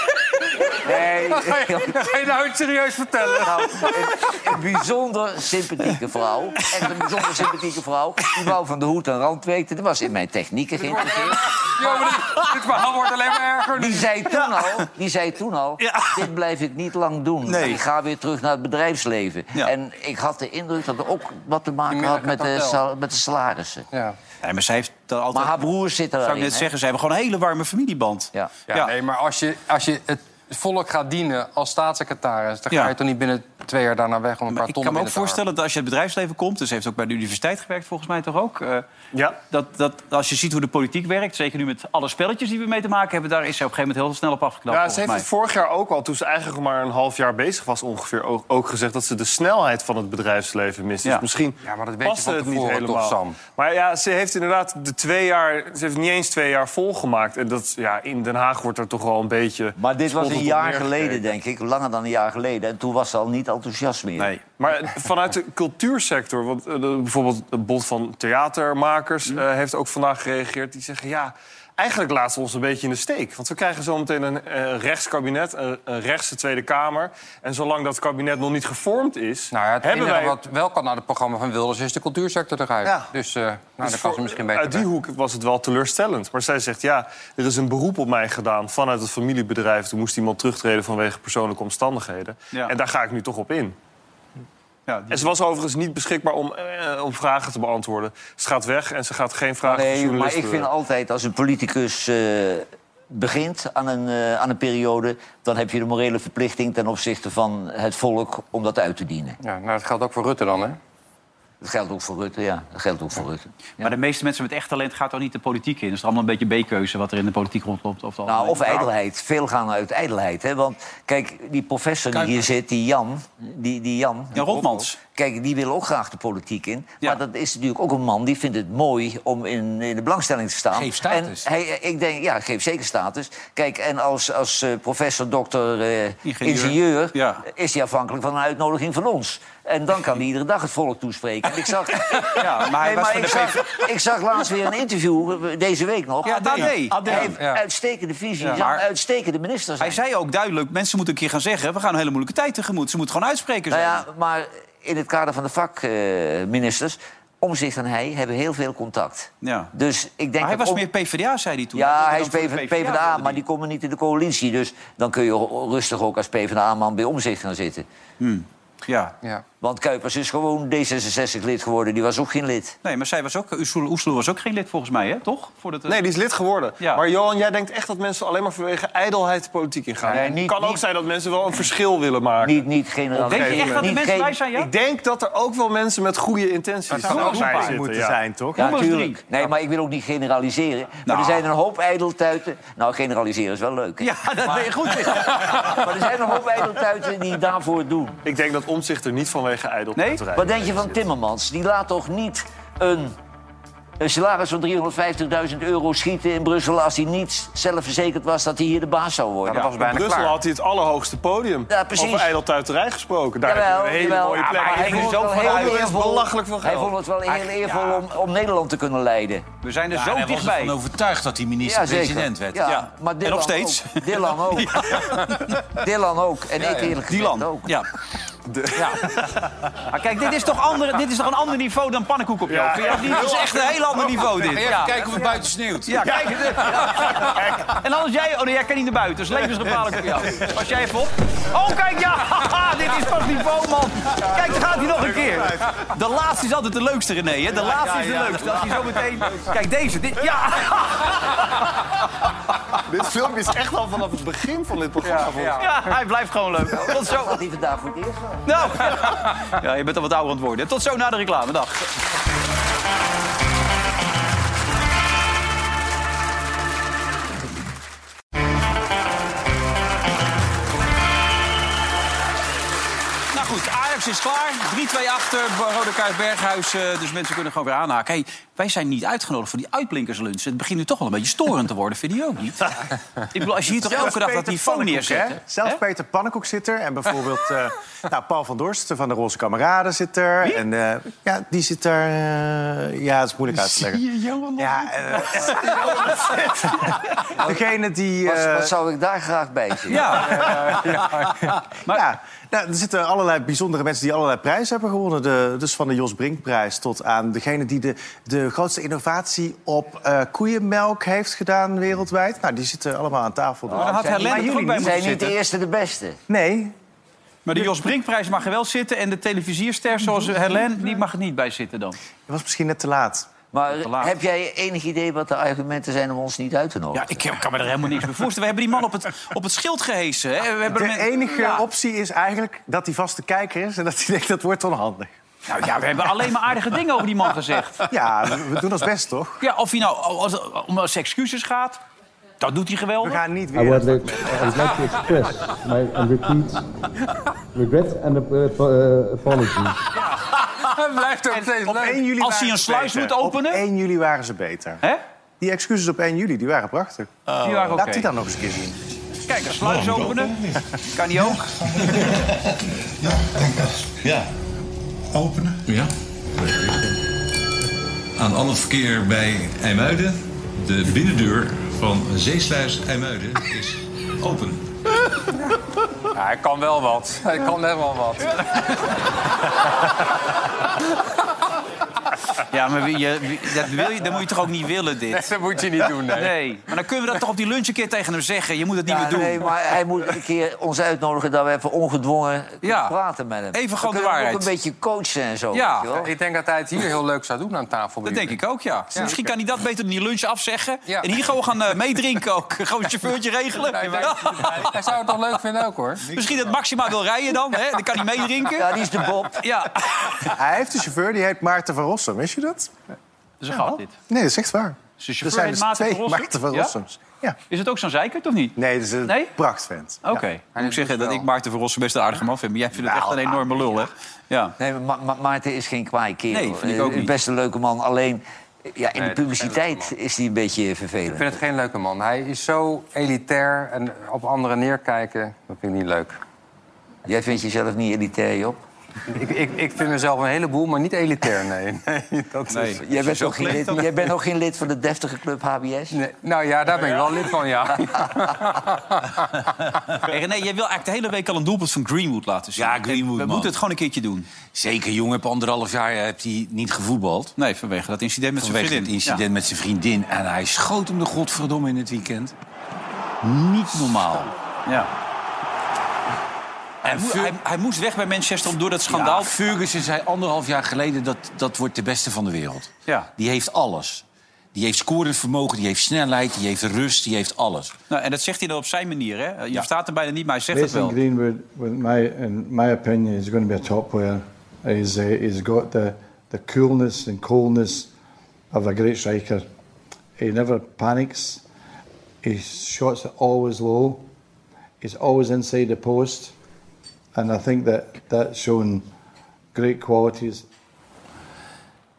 S2: Nee.
S8: Dat ga je- dat ga je nou niet serieus vertellen.
S2: Nou, een, een bijzonder sympathieke vrouw. Echt een bijzonder sympathieke vrouw. Die wou van de hoed en rand weten. Die was in mijn technieken geïnteresseerd.
S8: Jongen, dit, dit verhaal wordt alleen maar erger nu.
S2: Die zei toen al, die zei toen al dit blijf ik niet lang doen. Ik ga weer terug naar het bedrijfsleven. En ik had de indruk dat het ook wat te maken had met de, sal- met de salarissen.
S1: Nee, maar zij heeft dat altijd...
S2: Maar haar broer zit er
S1: Zou ik
S2: alleen,
S1: net
S2: hè?
S1: zeggen, ze hebben gewoon een hele warme familieband.
S2: Ja.
S8: Ja, nee, maar als je, als je het volk gaat dienen als staatssecretaris... dan
S1: Ja.
S8: ga je toch niet binnen twee jaar daarna weg om een paar
S1: Ik
S8: ton
S1: kan me ook
S8: binnen te harken?
S1: voorstellen dat als je het bedrijfsleven komt... dus ze heeft ook bij de universiteit gewerkt volgens mij toch ook... eh, dat, dat als je ziet hoe de politiek werkt... zeker nu met alle spelletjes die we mee te maken hebben... daar is ze op een gegeven moment heel snel op afgeknapt.
S7: Ja, ze
S1: volgens
S7: heeft
S1: mij.
S7: het vorig jaar ook al, toen ze eigenlijk maar een half jaar bezig was ongeveer, ook, ook gezegd dat ze de snelheid van het bedrijfsleven mist.
S8: Ja.
S7: Dus misschien
S8: Ja, maar dat weet je
S7: paste
S8: van
S7: het niet
S8: tevoren toch,
S7: helemaal.
S8: Sam?
S7: Maar ja, ze heeft inderdaad de twee jaar, ze heeft niet eens twee jaar volgemaakt. En dat, ja, in Den Haag wordt er toch wel een beetje.
S2: Maar dit was
S7: spottend
S2: een
S7: op
S2: jaar
S7: neergekeken.
S2: geleden, denk ik. Langer dan een jaar geleden. En toen was ze al niet enthousiast meer.
S7: Nee. Maar eh, vanuit de cultuursector, want eh, de- bijvoorbeeld het Bond van Theatermakers
S8: Mm.
S7: eh, heeft ook vandaag gereageerd. Die zeggen ja. Eigenlijk laten ze ons een beetje in de steek. Want we krijgen zometeen een eh, rechtskabinet, een, een rechtse Tweede Kamer. En zolang dat kabinet nog niet gevormd is,
S8: Nou ja, het
S7: hebben
S8: enige
S7: wij...
S8: wat wel kan naar het programma van Wilders is de cultuursector eruit.
S7: Ja.
S8: Dus eh nou,
S7: Dus
S8: daar kan
S7: voor-
S8: ze misschien beter
S7: uit die
S8: weg.
S7: hoek was het wel teleurstellend. Maar zij zegt, ja, er is een beroep op mij gedaan vanuit het familiebedrijf. Toen moest iemand terugtreden vanwege persoonlijke omstandigheden.
S1: Ja.
S7: En daar ga ik nu toch op in.
S1: Ja, die-
S7: En ze was overigens niet beschikbaar om, eh, om vragen te beantwoorden. Ze gaat weg en ze gaat geen vragen van
S2: Nee, maar
S7: journalisten
S2: ik vind altijd als een politicus eh, begint aan een, eh, aan een periode... dan heb je de morele verplichting ten opzichte van het volk om dat uit te dienen.
S8: Ja, nou, dat geldt ook voor Rutte dan, hè?
S2: Dat geldt ook voor Rutte, ja. Dat geldt ook voor Rutte.
S1: Maar de meeste mensen met echt talent gaat toch niet de politiek in? Dus het is allemaal een beetje B-keuze wat er in de politiek rondloopt. Of,
S2: Nou, of ijdelheid. Veel gaan uit ijdelheid. Hè? Want kijk, die professor die hier zit, die Jan... Die, die Jan,
S1: Jan Rotmans.
S2: Kijk, die wil ook graag de politiek in. Maar dat is natuurlijk ook een man die vindt het mooi om in, in de belangstelling te staan.
S3: Geef status.
S2: En hij, ik denk, ja, geef zeker status. Kijk, en als, als eh, professor, dokter, eh, ingenieur,
S1: Ja.
S2: is hij afhankelijk van een uitnodiging van ons. En dan kan hij iedere dag het volk toespreken. En ik zag,
S1: Ja, maar hij
S2: Nee,
S1: was
S2: maar
S1: van
S2: ik,
S1: de
S2: zag, ik zag laatst weer een interview, eh, deze week nog.
S1: Ja,
S2: Adé.
S1: Adé.
S2: Adé.
S1: Ja,
S2: Hij heeft
S1: ja.
S2: uitstekende visie.
S1: Ja.
S2: Ja.
S1: Maar-
S2: uitstekende minister
S1: Hij
S2: zijn.
S1: zei ook duidelijk, mensen moeten een keer gaan zeggen... we gaan een hele moeilijke tijd tegemoet. Ze moeten gewoon uitspreken
S2: Nou
S1: zijn.
S2: ja, maar in het kader van de vakministers... Omzicht en hij hebben heel veel contact.
S1: Ja.
S2: Dus ik denk
S1: Maar hij
S2: dat
S1: was
S2: ook-
S1: meer PvdA, zei hij toen.
S2: Ja, hij
S1: Hij
S2: is
S1: wilde dan voor de
S2: PvdA, maar die komen niet in de coalitie. Dus dan kun je ro- rustig ook als PvdA-man bij Omzicht gaan zitten.
S1: Ja.
S8: Ja.
S2: Want Kuipers is gewoon D66-lid geworden. Die was ook geen lid.
S1: Nee, maar zij was ook, Ursula Oesloe was ook geen lid volgens mij, hè? toch? Voordat,
S7: Nee, die is lid geworden.
S1: Ja.
S7: Maar Johan, jij denkt echt dat mensen alleen maar vanwege ijdelheid de politiek ingaan.
S2: Nee, niet-
S7: het kan ook
S2: niet-
S7: zijn dat mensen wel een verschil willen maken.
S2: Niet, niet generaal.
S7: Op een gegeven moment.
S2: Niet
S1: mensen
S2: geen-
S1: bij zijn, ja?
S7: Ik denk dat er ook wel mensen met goede intenties
S2: zou ook bij
S7: zitten,
S19: moeten
S7: ja.
S19: zijn, toch?
S2: Ja, natuurlijk. Nee, maar ik wil ook niet generaliseren. Maar er zijn een hoop ijdeltuiten. Nou, generaliseren is wel leuk. hè?
S1: Nou. Ja, dat ben je goed in.
S2: Maar er zijn een hoop ijdeltuiten die daarvoor het doen.
S7: Ik denk dat Omzicht er niet vanwege ijdel
S1: Nee?
S2: Wat denk je van Timmermans? Die laat toch niet een, een salaris van 350.000 euro schieten in Brussel... als hij niet zelfverzekerd was dat hij hier de baas zou worden?
S7: Ja, in Brussel had hij het allerhoogste podium.
S2: Ja, precies.
S7: Over ijdeltuiterij gesproken. Daar
S2: Jawel,
S7: heb je een hele
S2: jawel.
S7: mooie
S2: Ja,
S7: plek.
S2: maar hij vond het wel heel eervol-
S7: belachelijk veel geld.
S2: Hij vond het wel heel
S7: Eigenlijk-
S2: eervol
S7: ja.
S2: om, om Nederland te kunnen leiden.
S1: We zijn er
S3: Ja,
S1: zo
S3: hij was
S1: dichtbij.
S3: ervan overtuigd dat hij minister-president werd.
S2: Ja, Maar Dylan
S1: En nog steeds.
S2: Ook. Dylan ook. Dylan ook. En ik eerlijk gezegd
S1: Dylan.
S2: ook.
S1: Ja. ja. Maar kijk, dit is, toch ander, dit is toch een ander niveau dan pannenkoek op jou?
S3: Ja.
S1: Vind je dat niet? Dit is echt een heel ander niveau, dit.
S3: Even
S1: Ja.
S3: kijken of het buiten sneeuwt.
S1: Ja, kijk. het- En anders jij... Oh nee, jij kan niet naar buiten. Dat is levensgevaarlijk voor jou. Pas jij even op. Oh, kijk, ja. Haha, dit is pas niveau, man. Kijk, daar gaat hij nog een keer. De laatste is altijd de leukste, René. Hè? De
S20: Ja,
S1: laatste
S20: ja,
S1: is de
S20: ja,
S1: leukste.
S20: de
S1: Als hij zo meteen... Kijk, deze. Dit... Ja!
S21: Dit filmpje is echt al vanaf het begin van dit programma.
S1: Ja, hij blijft gewoon leuk. Tot zo.
S2: Die vandaag voor het eerst had.
S1: Nou, ja, je bent al wat ouder aan het worden. Tot zo na de reclame. Dag. Nou goed, Ajax is klaar. 3-2 achter, Rode Kaart Berghuis. eh, Dus mensen kunnen gewoon weer aanhaken. Hey, wij zijn niet uitgenodigd voor die uitblinkerslunch. Het begint nu toch wel een beetje storend te worden, vind je ook niet? Ik bedoel, als je hier toch
S7: Zelfs
S1: elke dag dat
S7: Peter
S1: niveau
S7: Pannenkoek,
S1: neerzet...
S7: hè?
S1: hè?
S7: Zelfs Peter Pannenkoek zit er. En bijvoorbeeld eh, nou, Paul van Dorsten van de Roze Kameraden zit er. En eh, ja, die zit er. eh, ja, het is moeilijk uit te leggen. Ja, eh, Degene die...
S2: Wat,
S7: eh,
S2: wat zou ik daar graag bij zitten?
S7: Maar... Ja, nou, er zitten allerlei bijzondere mensen die allerlei prijzen hebben gewonnen. De, dus van de Jos Brinkprijs tot aan degene die de, de grootste innovatie op eh, koeienmelk heeft gedaan wereldwijd. Nou, die zitten allemaal aan tafel.
S1: Maar Oh, dan had
S7: Zijn-
S1: Helene
S7: maar
S1: toch ook
S7: jullie
S1: bij
S7: niet.
S1: moeten zitten?
S2: eerste de beste.
S7: Nee.
S1: Maar de Jos Brinkprijs mag er wel zitten... en de televisierster zoals Helene, die mag er niet bij zitten dan.
S7: Dat was misschien net te laat.
S2: Maar heb jij enig idee wat de argumenten zijn om ons niet uit te nodigen?
S1: Ja, ik kan me er helemaal niks meer voorstellen. We hebben die man op het, op het schild gehesen. Hè? We hebben
S7: De
S1: hem-
S7: enige
S1: Ja.
S7: optie is eigenlijk dat hij vaste kijker is en dat hij denkt dat wordt onhandig.
S1: Nou ja, we hebben alleen maar aardige dingen over die man gezegd.
S7: Ja, we we doen ons best toch?
S1: Ja, of hij nou als, om als excuses gaat, dat doet hij geweldig.
S7: We gaan niet
S4: I would like, I would like to express my and repeat regret and ap- uh, apologies.
S1: Hij blijft ook steeds
S7: Op 1 juli
S1: Als
S7: waren
S1: hij een
S7: ze
S1: sluis
S7: beter.
S1: moet openen...
S7: Op 1 juli waren ze beter.
S1: Hè?
S7: Die excuses op 1 juli, die waren prachtig.
S1: Die waren oké.
S7: Laat die dan nog eens een keer zien.
S1: Kijk, een sluis openen. Oh. Kan die ook?
S22: Ja. Openen? Ja. Aan al het verkeer bij IJmuiden. De binnendeur van Zeesluis IJmuiden is open.
S8: Ja, hij kan wel wat. Hij kan net wel wat.
S1: Ja, maar wie- je, wie- dat, wil je, dat moet je toch ook niet willen, dit?
S8: Nee, dat moet je niet doen, nee.
S1: Maar dan kunnen we dat toch op die lunch een keer tegen hem zeggen. Je moet het niet
S2: Ja,
S1: meer doen.
S2: nee, maar hij moet een keer ons uitnodigen dat we even ongedwongen
S1: Ja.
S2: praten met hem.
S1: Even
S2: Dan
S1: gewoon de
S2: kunnen we hem
S1: waarheid.
S2: Ook een beetje coachen en zo.
S8: Ja,
S2: weet je wel.
S8: ik denk dat hij het hier heel leuk zou doen aan tafel.
S1: Dat denk ik ook, ja. Dus Misschien kan hij dat beter dan die lunch afzeggen. En hier gewoon gaan eh, meedrinken ook. gewoon een chauffeurtje regelen.
S8: Nee, maar- Hij zou het toch leuk vinden ook, hoor.
S1: Misschien dat Maxima wil rijden dan, hè? Dan kan hij meedrinken.
S2: Ja, die is de Bob.
S1: Ja.
S7: Hij heeft een chauffeur, die heet Maarten van Rossum. Wist je dat?
S1: Dat is een gat, dit.
S7: Nee, dat is echt waar.
S1: Zijn
S7: er
S1: Dus chauffeur
S7: zijn
S1: heet
S7: dus
S1: Maarten
S7: twee
S1: van Rossum?
S7: Maarten van
S1: Ja?
S7: Rossums. Ja?
S1: Is het ook zo'n zeikert of niet?
S7: Nee, dat is een prachtvent.
S1: Oké. Moet ik zeggen dat ik Maarten van Rossum best een aardige man vind. Maar jij vindt het echt een enorme lul, hè? Ja.
S2: Nee, maar Ma- Ma- Maarten is geen kwaai kerel.
S1: Nee, vind ik ook
S2: Eh,
S1: niet.
S2: Best een leuke man. Alleen ja, in
S8: Nee,
S2: de publiciteit is hij een beetje vervelend.
S8: Ik vind het geen leuke man. Hij is zo elitair en op anderen neerkijken, dat vind ik niet leuk.
S2: Jij vindt jezelf niet elitair, Job?
S8: Ik, ik, ik vind mezelf een heleboel, maar niet elitair, nee. nee, dat is-
S2: Jij, bent ook geen lid, jij bent ook geen lid van de deftige club HBS?
S8: Nee, nou ja, daar ben ik wel lid van, ja.
S1: Hey, René, jij wil eigenlijk de hele week al een doelpunt van Greenwood laten zien.
S3: Ja, Greenwood,
S1: We
S3: man.
S1: moeten het gewoon een keertje doen.
S3: Zeker, jongen, heb anderhalf jaar heeft hij niet gevoetbald.
S1: Nee, vanwege dat incident met zijn
S3: Vanwege het
S1: vriendin.
S3: incident met zijn vriendin. En hij schoot hem de godverdomme in het weekend. Niet normaal.
S1: Ja. Hij,
S3: En
S1: moe-
S3: Fer-
S1: hij, hij moest weg bij Manchester om door dat schandaal.
S3: Ja, Ferguson zei anderhalf jaar geleden dat dat wordt de beste van de wereld.
S1: Ja.
S3: Die heeft alles. Die heeft scorend vermogen, die heeft snelheid, die heeft rust, die heeft alles.
S1: Nou, en dat zegt hij dan op zijn manier, hè? Je verstaat hem bijna niet, maar hij zegt het
S4: Mason
S1: wel.
S4: Greenwood, with my, in my opinion, is going to be a top player. He's, uh, he's got the, the coolness and coldness of a great striker. He never panics. His shots are always low. He's always inside the post. And I think that that's shown great qualities.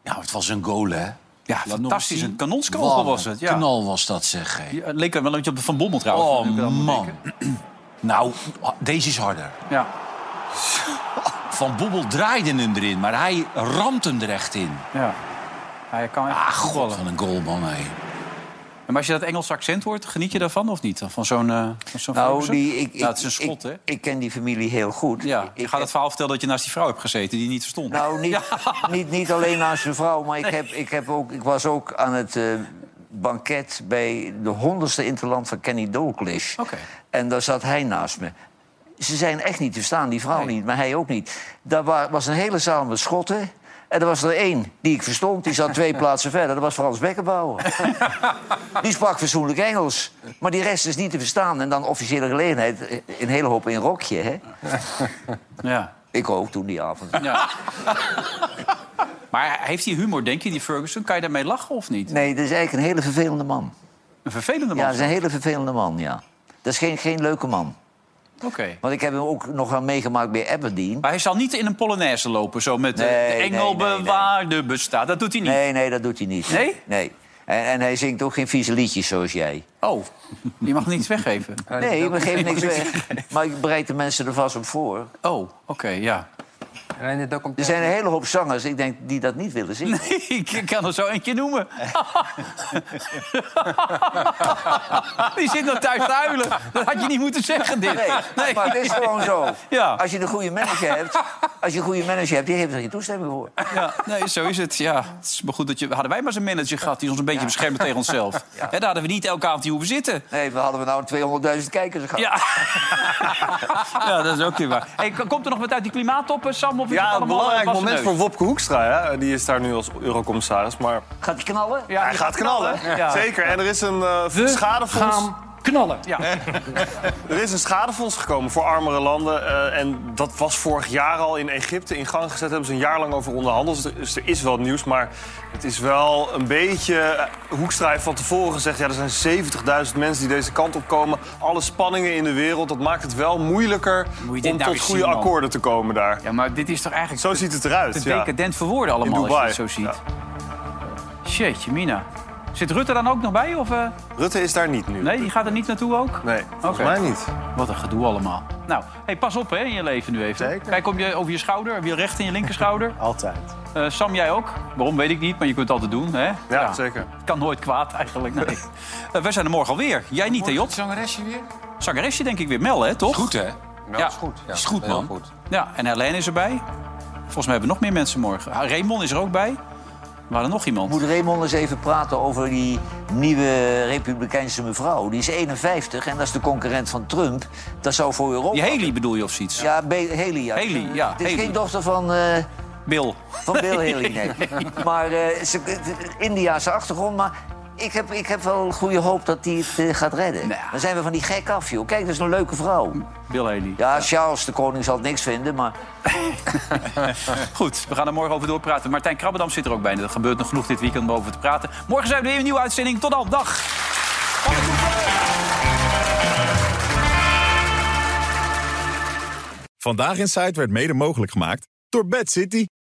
S3: Nou, het was een goal, hè?
S1: Ja, fantastisch. Een kanonskogel
S3: Wat
S1: was het, ja.
S3: Een knal was dat, zeg. hé.
S1: Ja, het leek wel een beetje op Van Bommel trouwens.
S3: Oh,
S1: moet ik wel
S3: man.
S1: denken.
S3: Nou, deze is harder.
S1: Ja.
S3: Van Bobbel draaide hem erin, maar hij ramt hem er echt in.
S1: Ja. Hij kan echt
S3: Ah, god, van een goalman, hé.
S1: Maar als je dat Engelse accent hoort, geniet je daarvan of niet? Van zo'n eh, van zo'n
S2: Nou,
S1: Ferguson?
S2: die, ik, ik,
S1: Nou, het is een schot,
S2: ik,
S1: hè?
S2: ik ken die familie heel goed.
S1: Ja, je gaat het verhaal vertellen dat je naast die vrouw hebt gezeten die niet verstond.
S2: Nou, niet, niet, niet alleen aan zijn vrouw, maar ik, heb, ik, heb ook, ik was ook aan het eh, banket bij de honderdste interland van Kenny Dalglish. En daar zat hij naast me. Ze zijn echt niet te verstaan, die vrouw niet, maar hij ook niet. Daar wa- was een hele zaal met schotten. En er was er één die ik verstond, die zat twee plaatsen verder. Dat was Frans Beckenbauer. Die sprak fatsoenlijk Engels. Maar die rest is niet te verstaan. En dan officiële gelegenheid, eh, een hele hoop in rokje, hè?
S1: Ja.
S2: Ik ook toen die avond.
S1: Ja. maar heeft hij humor, denk je, die Ferguson? Kan je daarmee lachen of niet?
S2: Nee, dat is eigenlijk een hele vervelende man.
S1: Een vervelende man?
S2: Ja, dat is een hele vervelende man, ja. Dat is geen, geen leuke man.
S1: Oké.
S2: Want ik heb hem ook nog wel meegemaakt bij Aberdeen.
S1: Maar hij zal Ah, niet in een Polonaise lopen, zo met eh,
S2: Nee,
S1: de
S2: nee,
S1: engel bewaarde bestaat. Dat doet hij niet.
S2: Nee, nee, dat doet hij niet.
S1: Nee?
S2: Nee. En, en hij zingt ook geen vieze liedjes zoals jij.
S1: Oh, je mag niets weggeven.
S2: Nee, we geven niks weg. Maar ik bereid de mensen er vast op voor.
S1: Oh, oké, ja.
S2: Er zijn een hele hoop zangers, ik denk, die dat niet willen zingen.
S1: Ik kan er zo eentje noemen. Die zit nog thuis te huilen. Dat had je niet moeten zeggen, dit.
S2: Nee, maar het is gewoon zo.
S1: Ja.
S2: Als je een goede manager hebt, als je een goede manager hebt, die heeft er geen toestemming voor.
S1: Ja, nee, zo is het. Ja, het is maar goed dat je... Hadden wij maar eens een manager gehad die ons een beetje beschermde tegen onszelf. Hè, daar hadden we niet elke avond hier hoeven zitten.
S2: Nee, we hadden we nou 200.000 kijkers gehad.
S1: Ja. ja, dat is ook weer waar. Hey, k- komt er nog wat uit die klimaattop, eh, Sam? Of is het
S7: Ja, een
S1: allemaal, eh,
S7: belangrijk
S1: wassen
S7: moment
S1: neus?
S7: voor Wopke Hoekstra. Hè? Die is daar nu als eurocommissaris. Maar
S2: Gaat hij knallen?
S1: Ja,
S7: hij gaat knallen.
S1: Ja.
S7: Zeker. En er is een eh, schadefonds.
S23: knallen.
S1: Ja.
S7: Er is een schadefonds gekomen voor armere landen. eh, en dat was vorig jaar al in Egypte in gang gezet. Daar hebben ze een jaar lang over onderhandeld. Dus er- Dus er is wel nieuws. Maar het is wel een beetje... eh, Hoekstra heeft van tevoren gezegd... Ja, er zijn 70.000 mensen die deze kant op komen. Alle spanningen in de wereld. Dat maakt het wel moeilijker
S1: Moet je dit
S7: om
S1: nou
S7: tot
S1: eens
S7: goede
S1: zien, man.
S7: akkoorden te komen daar.
S1: Ja, maar dit is toch eigenlijk...
S7: Zo ziet het eruit,
S1: Het
S7: ja.
S1: decadent voor woorden allemaal,
S7: In Dubai,
S1: als je het zo ziet. Shitje, Mina. Zit Rutte dan ook nog bij? Of, eh?
S7: Rutte is daar niet nu.
S1: Nee, die gaat er niet naartoe ook?
S7: Nee, volgens
S1: Oké.
S7: mij niet.
S1: Wat een gedoe allemaal. Nou, hey, pas op hè, in je leven nu even. Kijk om je, over je schouder, weer recht in je linkerschouder.
S7: Oh.
S24: Altijd.
S1: Eh, Sam, jij ook? Waarom weet ik niet, maar je kunt het altijd doen. Hè? Ja,
S7: zeker.
S1: Het kan nooit kwaad eigenlijk, nee. Eh, wij zijn er morgen alweer. Jij niet, hè, Job?
S8: Zangeresje weer?
S1: Zangeresje denk ik weer. Mel, hè, toch? Is goed, hè?
S8: Mel is goed, ja.
S1: Is goed,
S8: Heel
S1: man.
S8: goed.
S1: Ja, en Helene is erbij. Volgens mij hebben we nog meer mensen morgen. Ah, Raymond is er ook bij. Waar er nog iemand?
S2: Moet Raymond eens even praten over die nieuwe Republikeinse mevrouw. Die is 51 en dat is de concurrent van Trump. Dat zou voor Europa...
S1: Die Haley bedoel je of zoiets?
S2: Ja, Be- Haley. Ja.
S1: Haley, ja,
S2: Het is
S1: Haley.
S2: geen dochter van... eh,
S1: Bill.
S2: Van Bill Haley, nee. Maar eh ze, de Indiaanse achtergrond, maar ik heb, ik heb wel goede hoop dat hij het eh, gaat redden.
S1: Nou
S2: Dan zijn we van die gek af, joh. Kijk, dat is een leuke vrouw.
S1: Bill Haley.
S2: Ja, Charles de koning zal het niks vinden, maar...
S1: Goed, we gaan er morgen over doorpraten. Martijn Krabbendam zit er ook bij. Er gebeurt nog genoeg dit weekend om over te praten. Morgen zijn we weer in een nieuwe uitzending. Tot dan, dag!
S25: Vandaag in Zuid werd mede mogelijk gemaakt door Bad City.